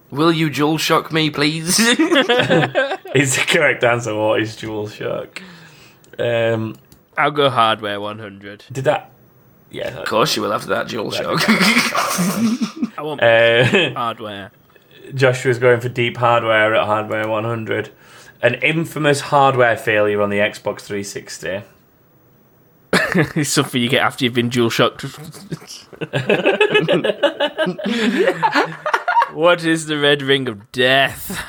B: Will you dual shock me, please?
A: Is the correct answer what is DualShock? Um,
C: I'll go hardware 100.
A: did that. Yeah.
B: of course, you will have that dual shock.
C: I want
A: Uh,
C: hardware.
A: Joshua's going for deep hardware at Hardware 100. An infamous hardware failure on the Xbox 360.
C: It's something you get after you've been dual shocked. what is the red ring of death?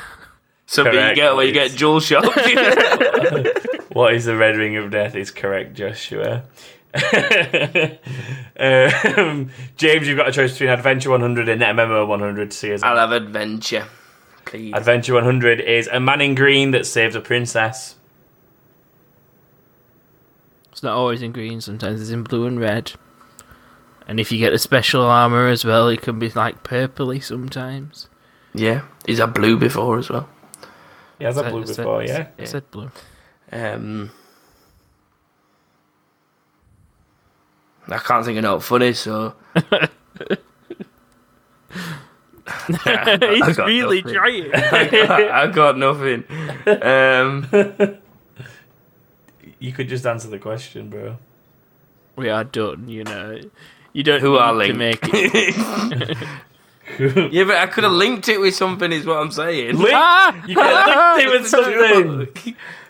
B: so you
A: Correct,
B: get where you
A: please.
B: get dual shock.
A: What is the red ring of death is correct, Joshua. um, James, you've got a choice between Adventure 100 and MMO 100 to see us.
B: I'll have adventure, please.
A: Adventure 100 is a man in green that saves a princess.
C: It's not always in green, sometimes it's in blue and red. And if you get the special armor as well, it can be like purpley sometimes.
B: yeah, he's had blue before as well.
A: Yeah, that's a
C: I
A: blue
C: said-
A: before, yeah.
C: I said blue.
B: Um, I can't think of nothing funny, so
C: He's
B: got
C: really
B: nothing.
C: trying.
B: I got nothing. Um,
A: You could just answer the question, bro.
C: we are done, you know. You don't
B: Who
C: need
B: are
C: to
B: Link?
C: make it.
B: yeah, but I could have linked it with something, is what I'm saying.
A: Link!
C: Ah!
A: You could have linked it with something!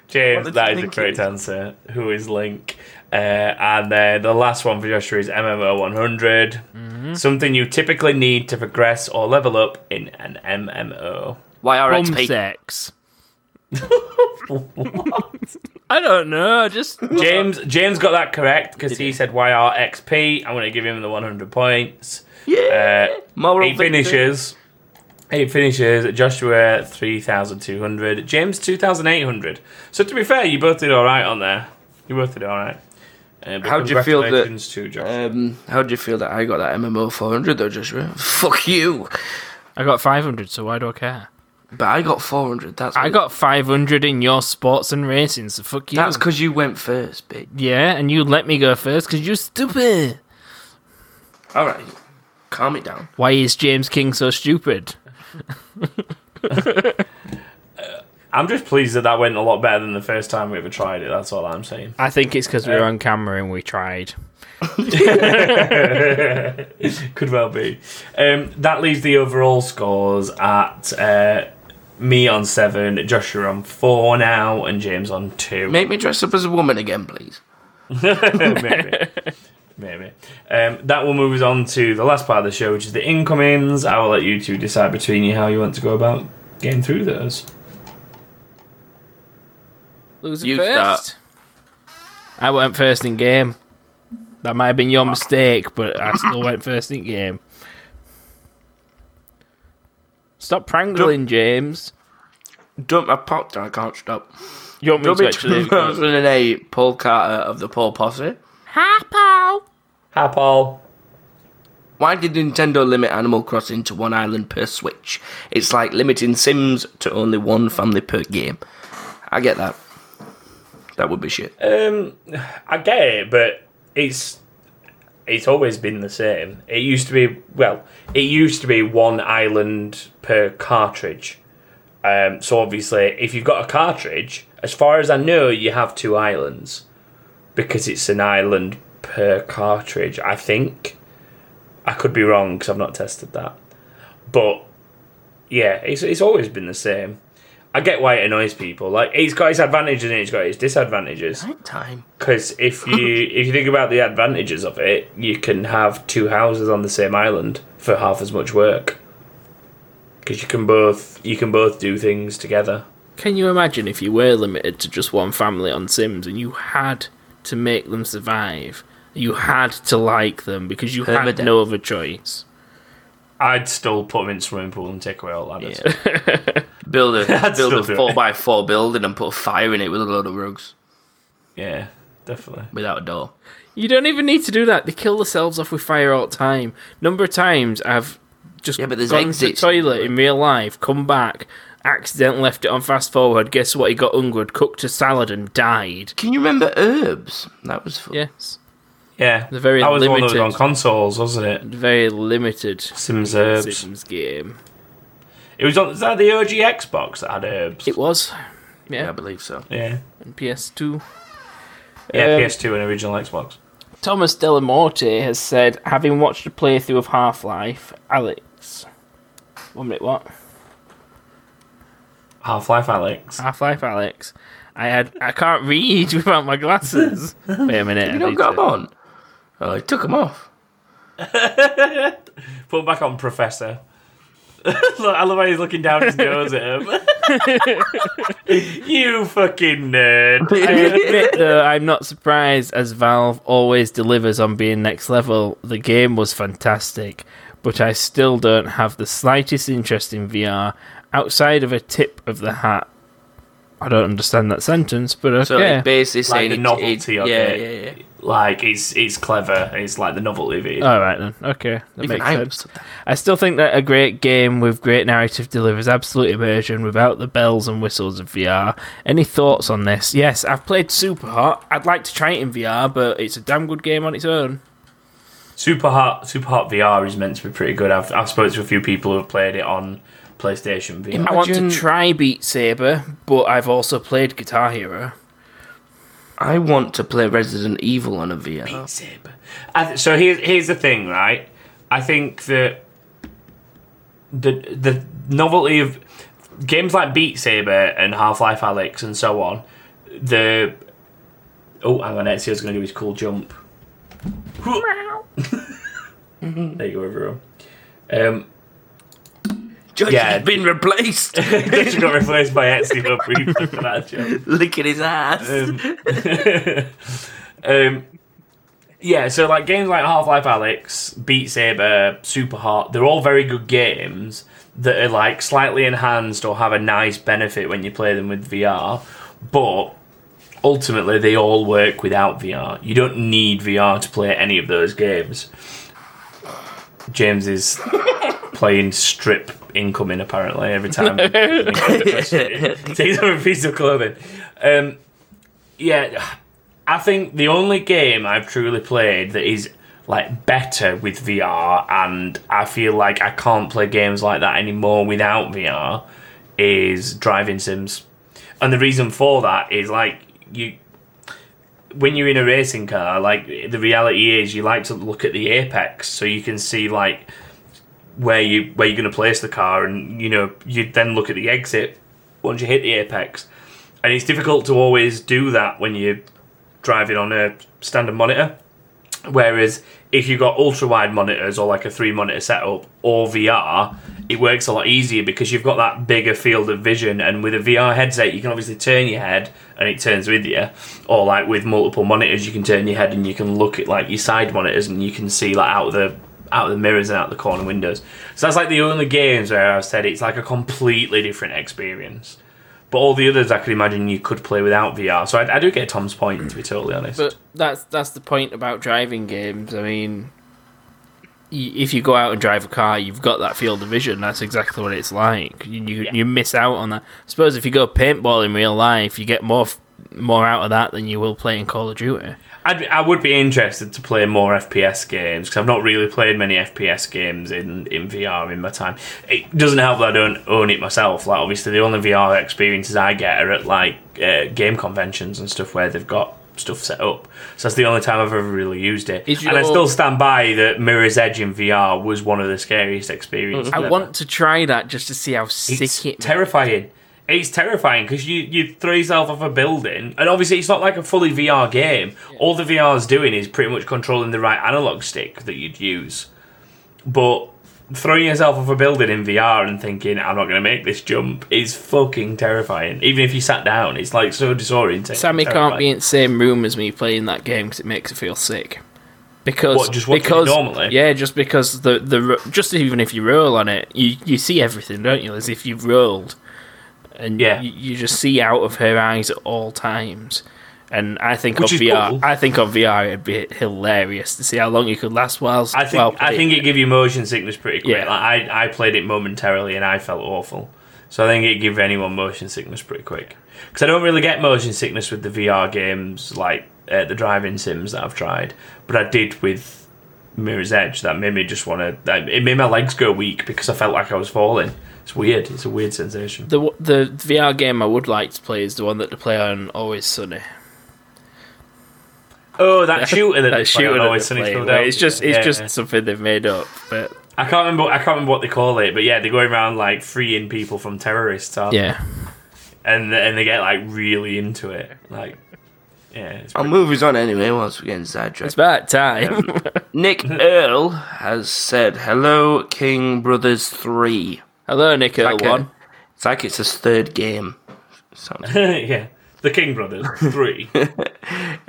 A: James,
B: What did
A: that is
B: you
A: the
B: think
A: correct
B: it
A: answer. Who is Link? Uh, and then the last one for Joshua is MMO 100.
B: Mm-hmm.
A: Something you typically need to progress or level up in an MMO.
B: Why
C: Bomb
B: RXP?
C: sex. I don't know. Just
A: James James got that correct because he said YRXP. I'm going to give him the 100 points.
B: Yeah.
A: Uh,
B: Moral
A: Eight
B: victory.
A: finishes. Eight finishes. Joshua three thousand two hundred. James two thousand eight hundred. So to be fair, you both did all right on there. You both did all right. Uh, but
B: How'd you feel that-
A: congratulations to Josh?
B: Um, how do you feel that I got that MMO 400 though, Joshua? Fuck you.
C: I got 500, so why do I care?
B: But I got 400. That's
C: I got 500 in your sports and racing, so fuck you.
B: That's because you went first, bitch.
C: yeah, and you let me go first because you're stupid.
B: All right, calm it down.
C: Why is James King so stupid?
A: I'm just pleased that that went a lot better than the first time we ever tried it. That's all I'm saying.
C: I think it's because we were on camera and we tried.
A: Could well be. Um, that leaves the overall scores at uh, me on seven, Joshua on four now, and James on two.
B: Make me dress up as a woman again, please.
A: maybe. Maybe. Um, that will move us on to the last part of the show, which is the incomings. I will let you two decide between you how you want to go about getting through those.
C: Loser
B: You
C: first. I went first in game. That might have been your mistake, but I still went first in game. Stop prangling, James.
B: Dump my pot. I can't stop.
C: You want me to
B: Dummy
C: actually? uh,
B: 2008, Paul Carter of the Paul Posse.
A: Hi, Paul.
B: Why did Nintendo limit Animal Crossing to one island per Switch? It's like limiting Sims to only one family per game. I get that. That would be shit.
A: Um, I get it, but it's it's always been the same. It used to be well, it used to be one island per cartridge. Um, so obviously, if you've got a cartridge, as far as I know, you have two islands because it's an island per cartridge. I think I could be wrong because I've not tested that, but yeah, it's it's always been the same. I get why it annoys people. Like it's got its advantages and it's got its disadvantages.
B: Time.
A: Because if you if you think about the advantages of it, you can have two houses on the same island for half as much work. Because you can both you can both do things together.
C: Can you imagine if you were limited to just one family on Sims and you had to make them survive? You had to like them because you had
B: Permadeath.
C: no other choice.
A: I'd still put them in swimming pool and take away all ladders.
B: Build a
A: I'd
B: build a
A: still do it.
B: four by four building and put a fire in it with a load of rugs
A: yeah definitely.
B: without a door.
C: You don't even need to do that. They kill themselves off with fire all the time. Number of times I've just
B: Yeah, but there's
C: gone to the
B: exits.
C: toilet in real life, come back, accidentally left it on fast forward. Guess what? He got hungered, cooked a salad, and died.
B: Can you remember herbs? That was fun.
C: Yes,
A: Yeah,
C: They're very
A: that was one that was on
C: limited.
A: consoles, wasn't it?
C: very limited
A: Sims herbs.
C: Sims game.
A: It was on. Is that the OG Xbox that had herbs?
C: It was,
B: Yeah, I
C: yeah,
B: believe so.
A: yeah,
C: and PS2.
A: yeah.
C: Um,
A: PS2 and original Xbox.
C: Thomas Delamorte has said, having watched a playthrough of Half Life, Alex. One minute, what?
A: Half Life Alex.
C: Half Life, Alex. I had I can't read without my glasses. Wait a minute. I
B: You don't
C: need
B: got
C: to-
B: 'em on. Oh, he took them off.
A: Put 'em back on Professor. Look, I love how he's looking down his nose at him. you fucking nerd.
C: I admit, though, I'm not surprised as Valve always delivers on being next level. The game was fantastic, but I still don't have the slightest interest in VR outside of a tip of the hat. I don't understand that sentence, but okay.
B: So it basically saying
A: the
B: it-
A: novelty
B: it,
A: of
B: yeah,
A: it.
B: Yeah, yeah,
A: Like it's it's clever. It's like the novelty of it.
C: All right then. Okay, that
B: Even
C: makes
B: I
C: sense.
B: understood that.
C: I still think that a great game with great narrative delivers absolute immersion without the bells and whistles of VR. Any thoughts on this? Yes, I've played Super Hot. I'd like to try it in VR, but it's a damn good game on its own.
A: Super Hot Super Hot VR is meant to be pretty good. I've I've spoken to a few people who have played it on PlayStation VR.
C: I want to
B: Imagine-
C: try Beat Saber, but I've also played Guitar Hero.
B: I want to play Resident Evil on a VR.
A: Zib. I th- so here's here's the thing, right? I think that the the novelty of games like Beat Saber and Half Life Alyx and so on, the oh, hang on, Ezio's going to do his cool jump. there you go, everyone. Um,
B: Judge
A: Yeah.
B: has been replaced.
A: Just got replaced by Etsy for brief for that joke.
B: Licking his ass.
A: Um, yeah, so like games like Half Life Alex, Beat Saber, Super Hot, they're all very good games that are like slightly enhanced or have a nice benefit when you play them with VR, but ultimately they all work without VR. You don't need VR to play any of those games. James is playing strip incoming apparently every time. Takes off a piece of clothing. Um, yeah, I think the only game I've truly played that is like better with VR, and I feel like I can't play games like that anymore without VR, is driving sims. And the reason for that is like you. When you're in a racing car, like the reality is, you like to look at the apex so you can see like where you where you're going to place the car, and you know you then look at the exit once you hit the apex. And it's difficult to always do that when you're driving on a standard monitor. Whereas if you've got ultra wide monitors or like a three monitor setup or VR, it works a lot easier because you've got that bigger field of vision. And with a VR headset, you can obviously turn your head and it turns with you. Or like with multiple monitors, you can turn your head and you can look at like your side monitors and you can see like out of the out of the mirrors and out the corner windows. So that's like the only games where I've said it's like a completely different experience. But all the others, I could imagine you could play without VR. So I, I do get Tom's point, to be totally honest.
C: But that's that's the point about driving games. I mean, y- if you go out and drive a car, you've got that field of vision. That's exactly what it's like. You you, you miss out on that. I suppose if you go paintball in real life, you get more f- more out of that than you will playing Call of Duty.
A: I'd, I would be interested to play more FPS games because I've not really played many FPS games in, in VR in my time. It doesn't help that I don't own it myself. Like obviously, the only VR experiences I get are at like uh, game conventions and stuff where they've got stuff set up. So that's the only time I've ever really used it.
C: Is
A: and I
C: your-
A: still stand by that Mirror's Edge in VR was one of the scariest experiences.
C: I
A: ever.
C: want to try that just to see how
A: It's
C: sick it.
A: terrifying. It's terrifying because you, you throw yourself off a building, and obviously it's not like a fully VR game. All the VR is doing is pretty much controlling the right analog stick that you'd use. But throwing yourself off a building in VR and thinking I'm not going to make this jump is fucking terrifying. Even if you sat down, it's like so disorienting.
C: Sammy can't be in the same room as me playing that game because it makes her feel sick. Because
A: What, just watching it
C: because
A: normally?
C: yeah, just because the the ro- just even if you roll on it, you you see everything, don't you? As if you've rolled, and
A: Yeah.
C: you, you just see out of her eyes at all times. And I think
A: Which
C: on
A: is
C: VR,
A: cool.
C: I think on VR it'd be hilarious to see how long you could last. Whilst
A: I think
C: while
A: I think it give you motion sickness pretty quick.
C: Yeah.
A: Like I, I played it momentarily and I felt awful. So I think it give anyone motion sickness pretty quick. Because I don't really get motion sickness with the VR games like uh, the driving sims that I've tried, but I did with Mirror's Edge. That made me just want to. It made my legs go weak because I felt like I was falling. It's weird. It's a weird sensation.
C: the w- the VR game I would like to play is the one that they play on Always Sunny.
A: Oh, that shooter that,
C: That shooter that
A: always
C: they
A: sunny
C: play,
A: Philadelphia.
C: where it's just it's
A: Yeah.
C: just something they've made up, but
A: I can't remember. I can't remember what they call it, but yeah, they're going around like freeing people from terrorists. Aren't they?
C: yeah.
A: and and they get like really into it. Like, yeah, it's
B: Our
A: pretty-
B: move is on anyway, whilst we're getting sidetracked.
C: It's about time.
B: Nick Earl has said, Hello, King Brothers 3.
C: Hello, Nick Earl
B: Like a-
C: One.
B: It's like it's his third game. Sounds
A: yeah. The King Brothers three.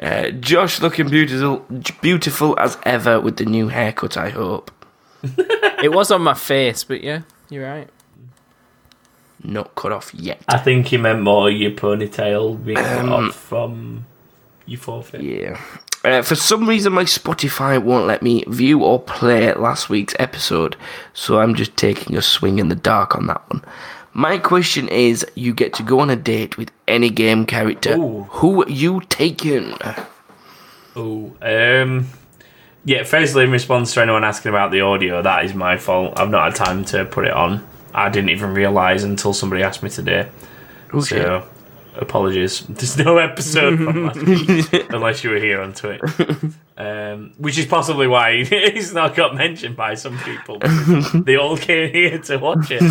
B: Uh, Josh looking beautiful, beautiful as ever with the new haircut. I hope
C: It was on my face, but yeah, you're right.
B: not cut off yet.
A: I think he meant more your ponytail being cut off from you forfeit.
B: Yeah. Uh, for some reason, my Spotify won't let me view or play last week's episode, so I'm just taking a swing in the dark on that one. My question is: You get to go on a date with any game character.
A: Ooh.
B: Who are you taking?
A: Oh, um, yeah. Firstly, in response to anyone asking about the audio, that is my fault. I've not had time to put it on. I didn't even realise until somebody asked me today.
B: shit.
A: So, apologies. There's no episode from last week, unless you were here on Twitter, um, which is possibly why it's not got mentioned by some people. they all came here to watch it.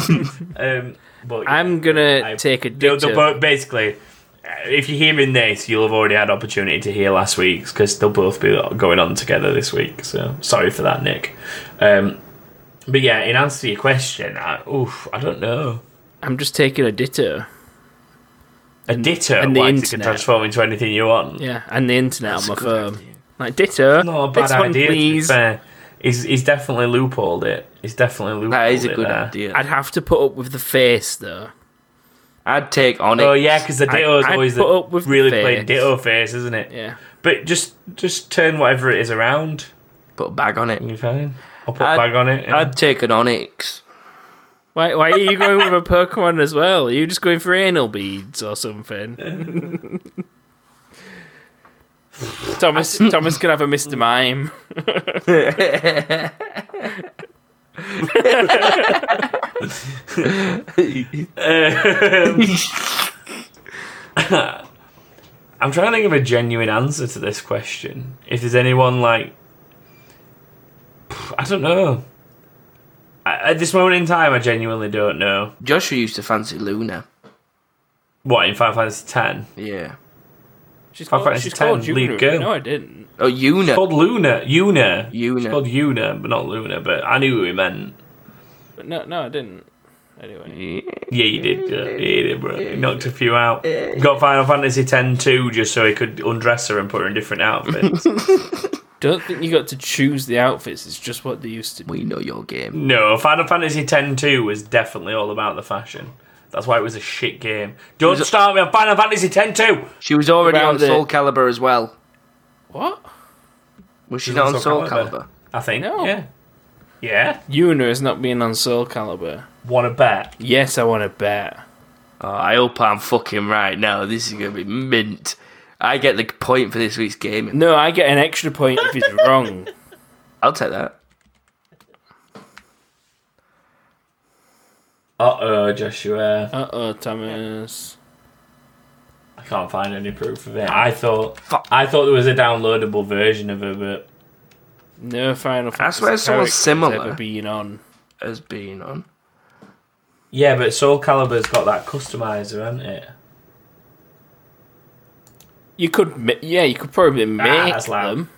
A: Um, but
C: I'm gonna
A: I-
C: take a
A: the,
C: dip.
A: the, bo- basically, uh, if you're hearing this, you'll have already had opportunity to hear last week's because they'll both be going on together this week. So sorry for that, Nick. Um, But yeah, in answer to your question, I, oof, I don't know.
C: I'm just taking a ditto.
A: A ditto
C: and the
A: like, it can
C: internet.
A: transform into anything you want.
C: Yeah, and the internet
B: That's
C: on
B: a
C: my
B: good
C: phone.
B: idea.
C: Like ditto.
A: Not a bad
C: this one,
A: idea.
C: please.
A: To be fair. He's, he's definitely loopholed it. He's definitely loopholed
B: That is a
A: it
B: good
A: there.
B: idea.
C: I'd
B: I'd,
C: have to put up with the face though.
B: take on it.
A: Oh yeah, because the ditto is
C: I'd
A: always
C: put
A: the
C: up with
A: really
C: face.
A: plain ditto face, isn't it?
C: Yeah.
A: But just just turn whatever it is around.
B: Put a bag on it.
A: You're fine. I'll put
B: I'd-
A: bag on it. yeah.
B: I'd take an onyx.
C: Why, why are you going with a Pokemon as well? Are you just going for anal beads or something? Thomas Thomas could have a Mr. Mime.
A: I'm trying to think of a genuine answer to this question. If there's anyone like, I don't know. I, at this moment in time, I genuinely don't know.
B: Joshua used to fancy Luna.
A: What in Final Fantasy Ten?
B: Yeah.
C: She's
A: Final
C: called,
A: Fantasy
C: she's called
A: X lead
C: Junior.
A: girl.
C: No, I didn't.
B: Oh, Una.
A: Called Luna, Una. It's
B: Una.
A: called Una, but not Luna. But I knew who he meant.
C: But no, no, I didn't. Anyway,
A: Yeah, you did. uh, Yeah, you did, bro. You knocked a few out. Got Final Fantasy X too, just so he could undress her and put her in different outfits.
C: don't think you got to choose the outfits. It's just what they used to. do.
B: We know your game.
A: no, Final Fantasy X two was definitely all about the fashion. That's why it was a shit game. Don't
B: was-
A: start me on Final Fantasy X two.
B: She was already
C: Around
B: on
C: the-
B: Soul Calibur as well.
C: What?
B: Was she
A: She's
B: not
A: on
B: on
A: Soul
B: Soul
A: Calibur.
B: Calibur?
A: I think.
C: No.
A: Yeah. Yeah.
C: Yuna is not being on Soul Calibur.
A: Want to bet?
C: Yes, I want to bet.
B: Oh, I hope I'm fucking right now. This is gonna be mint. I get the point for this week's game.
C: No, I get an extra point if it's wrong.
B: I'll take that.
A: Uh oh, Joshua.
C: Uh oh, Thomas.
A: I can't find any proof of it. I thought.
B: Fuck.
A: I thought there was a downloadable version of it, but
C: No Final Fantasy.
B: swear someone
C: character's
B: similar.
C: Ever being on.
B: As being on.
A: yeah, but Soul Calibur's got that customizer, hasn't it?
C: You could, ma- yeah, you could
B: Ah,
C: probably make
A: that's loud.
C: them.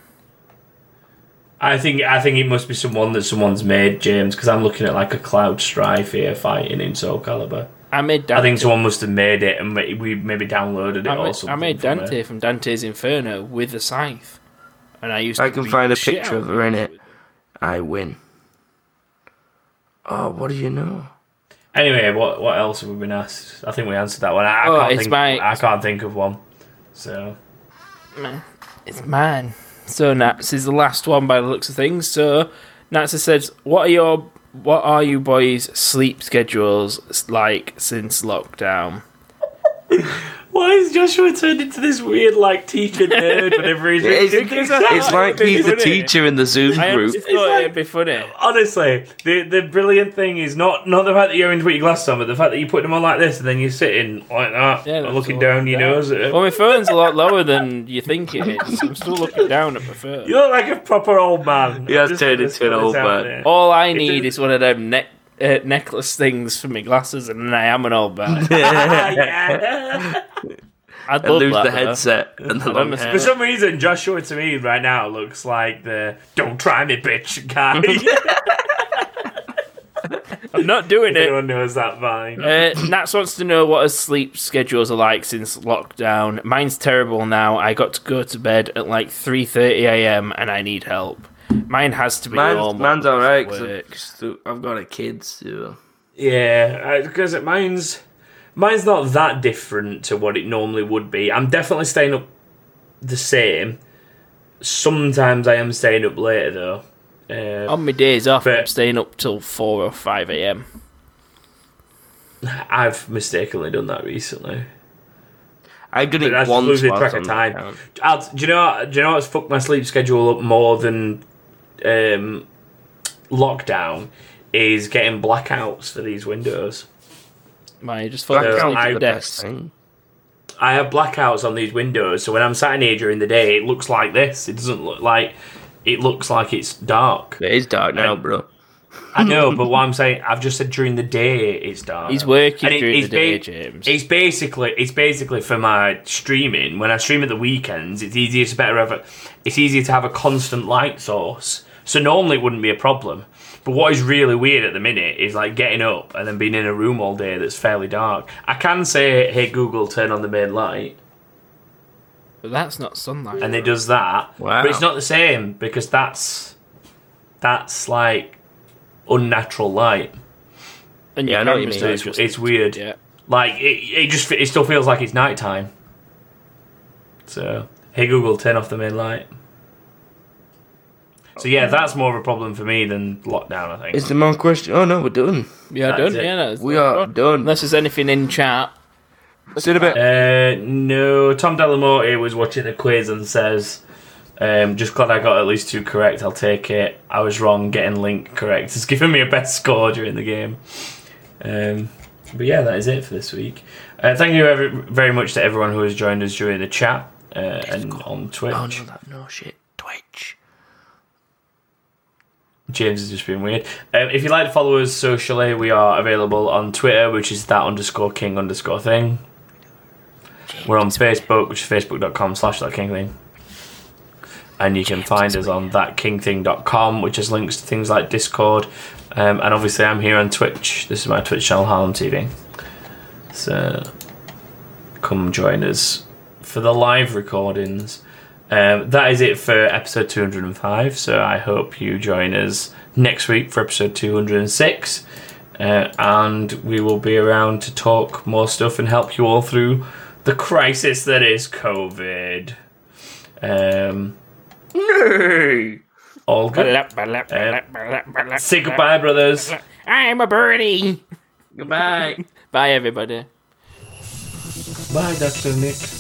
A: I think I think it must be someone that someone's made, James, because I'm looking at like a Cloud Strife here fighting in Soul Calibur.
C: I made Dante.
A: I think someone must have made it and we we maybe downloaded it
C: I
A: or
C: made,
A: something.
C: I made
A: from
C: Dante
A: it.
C: from Dante's Inferno with a scythe, and I used.
B: I
C: to
B: can
C: beat
B: find a
C: the shit
B: picture
C: out
B: of her in it. I win. Oh, what do you know?
A: Anyway, what what else have we been asked? I think we answered that one. I, I
C: Oh,
A: can't
C: it's
A: think.
C: my-
A: I can't think of one. So
C: It's mine. So Nats is the last one by the looks of things. So Nats says, "What are your, what are you boys' sleep schedules s- like since lockdown?"
A: why is Joshua turned into this weird like teacher nerd whenever he's
B: It's, it's like he's the
C: Isn't it?
B: teacher in the Zoom
C: I
B: group.
C: just thought
A: like-
C: it'd be funny.
A: Honestly, the the brilliant thing is not not the fact that you're having to put your glasses on, but the fact that you put them on like this and then you're sitting like that,
C: Yeah,
A: and
C: that's
A: looking
C: all
A: down your
C: like that. Oh.
A: nose at it.
C: Well, my phone's a lot lower than you think it is. I'm still looking down at my phone.
A: You look like a proper old man.
B: He has
A: Just
B: turned
A: put this-
B: into an
A: put this
B: old
A: out
B: man.
A: there.
C: All I need is one of them neck uh, necklace things for my glasses, and then I am an old man.
A: Ah, yeah.
C: I'd
B: and
C: love
B: lose
C: that,
B: the
C: though.
B: headset and the long
C: miss-
B: hair.
A: For some reason, Joshua to me right now looks like the "Don't try me, bitch" guy. If
C: I'm not doing it.
A: Anyone knows that vibe.
C: Uh, Nats wants to know what his sleep schedules are like since lockdown. Mine's terrible now. I got to go to bed at like 3:30 a.m. and I need help. Mine has to be normal.
B: Mine's, mine's alright
C: Work.
B: because I've got a kid, so.
A: Yeah, because mine's mine's not that different to what it normally would be. I'm definitely staying up the same. Sometimes I am staying up later though. Uh,
C: On my days off, I'm
A: But-
C: staying up till 4 or 5 a.m.
A: Um, I've mistakenly done that recently.
B: I've done it
A: That's
B: once.
A: losing
B: whilst
A: track
B: I'm
A: of time.
B: down.
A: I'll, do you know? Do you know what's fucked my sleep schedule up more than um, lockdown? Is getting blackouts for these windows.
C: My just
B: Black
C: falling
A: So
C: asleep
B: Ops
A: I-
B: is
C: at
B: the
C: the
B: best
C: desk.
B: thing.
A: I have blackouts on these windows, so when I'm sat in here during the day, it looks like this. It doesn't look like. It looks like it's dark.
B: It is dark now,
A: I-
B: bro.
A: I know, but what I'm saying, I've just said during the day it's dark.
C: He's working
A: And it-
C: during
A: it's
C: the day,
A: ba-
C: James.
A: It's basically it's basically for my streaming. When I stream at the weekends, it's easier to better have a, it's easier to have a constant light source. So normally it wouldn't be a problem. But what is really weird at the minute is like getting up and then being in a room all day that's fairly dark. I can say, "Hey Google, turn on the main light,"
C: But that's not sunlight.
A: and it does that.
B: Wow.
A: But it's not the same because that's that's like unnatural light.
C: and
B: Yeah, I know what you mean.
A: So
C: cameras
A: it's,
C: do it
A: it's weird.
C: just- yeah.
A: Like it, it just it still feels like it's night time. So hey Google, turn off the main light. So yeah, that's more of a problem for me than lockdown. I think.
B: Is the man question? Oh no, we're done.
C: Yeah,
A: That
C: done.
A: is it.
C: Yeah, that's
B: We are done.
C: Unless there's anything in chat.
B: See you in a bit.
A: Uh, no, Tom Delamorte was watching a quiz and says, um, "Just glad I got at least two correct. I'll take it. I was wrong getting Link correct. It's given me a best score during the game." Um, but yeah, that is it for this week. Uh, thank you every, very much to everyone who has joined us during the chat uh, and on Twitch.
B: Oh no, that no shit. Twitch.
A: James has just been weird. Um, if you'd like to follow us socially, we are available on Twitter, which is that underscore king underscore thing. We're on Facebook, which is facebook.com slash that king thing. And you can find us on thatkingthing.com, which has links to things like Discord. Um, and obviously, I'm here on Twitch. This is my Twitch channel, Harlem TV. So come join us for the live recordings. Um, that is it for episode 205. So I hope you join us next week for episode 206. Uh, and we will be around to talk more stuff and help you all through the crisis that is COVID. Um,
B: No.
A: all good. Uh, Say goodbye, brothers.
C: I'm a birdie.
B: Goodbye.
C: Bye, everybody.
A: Bye, Dr. Nick.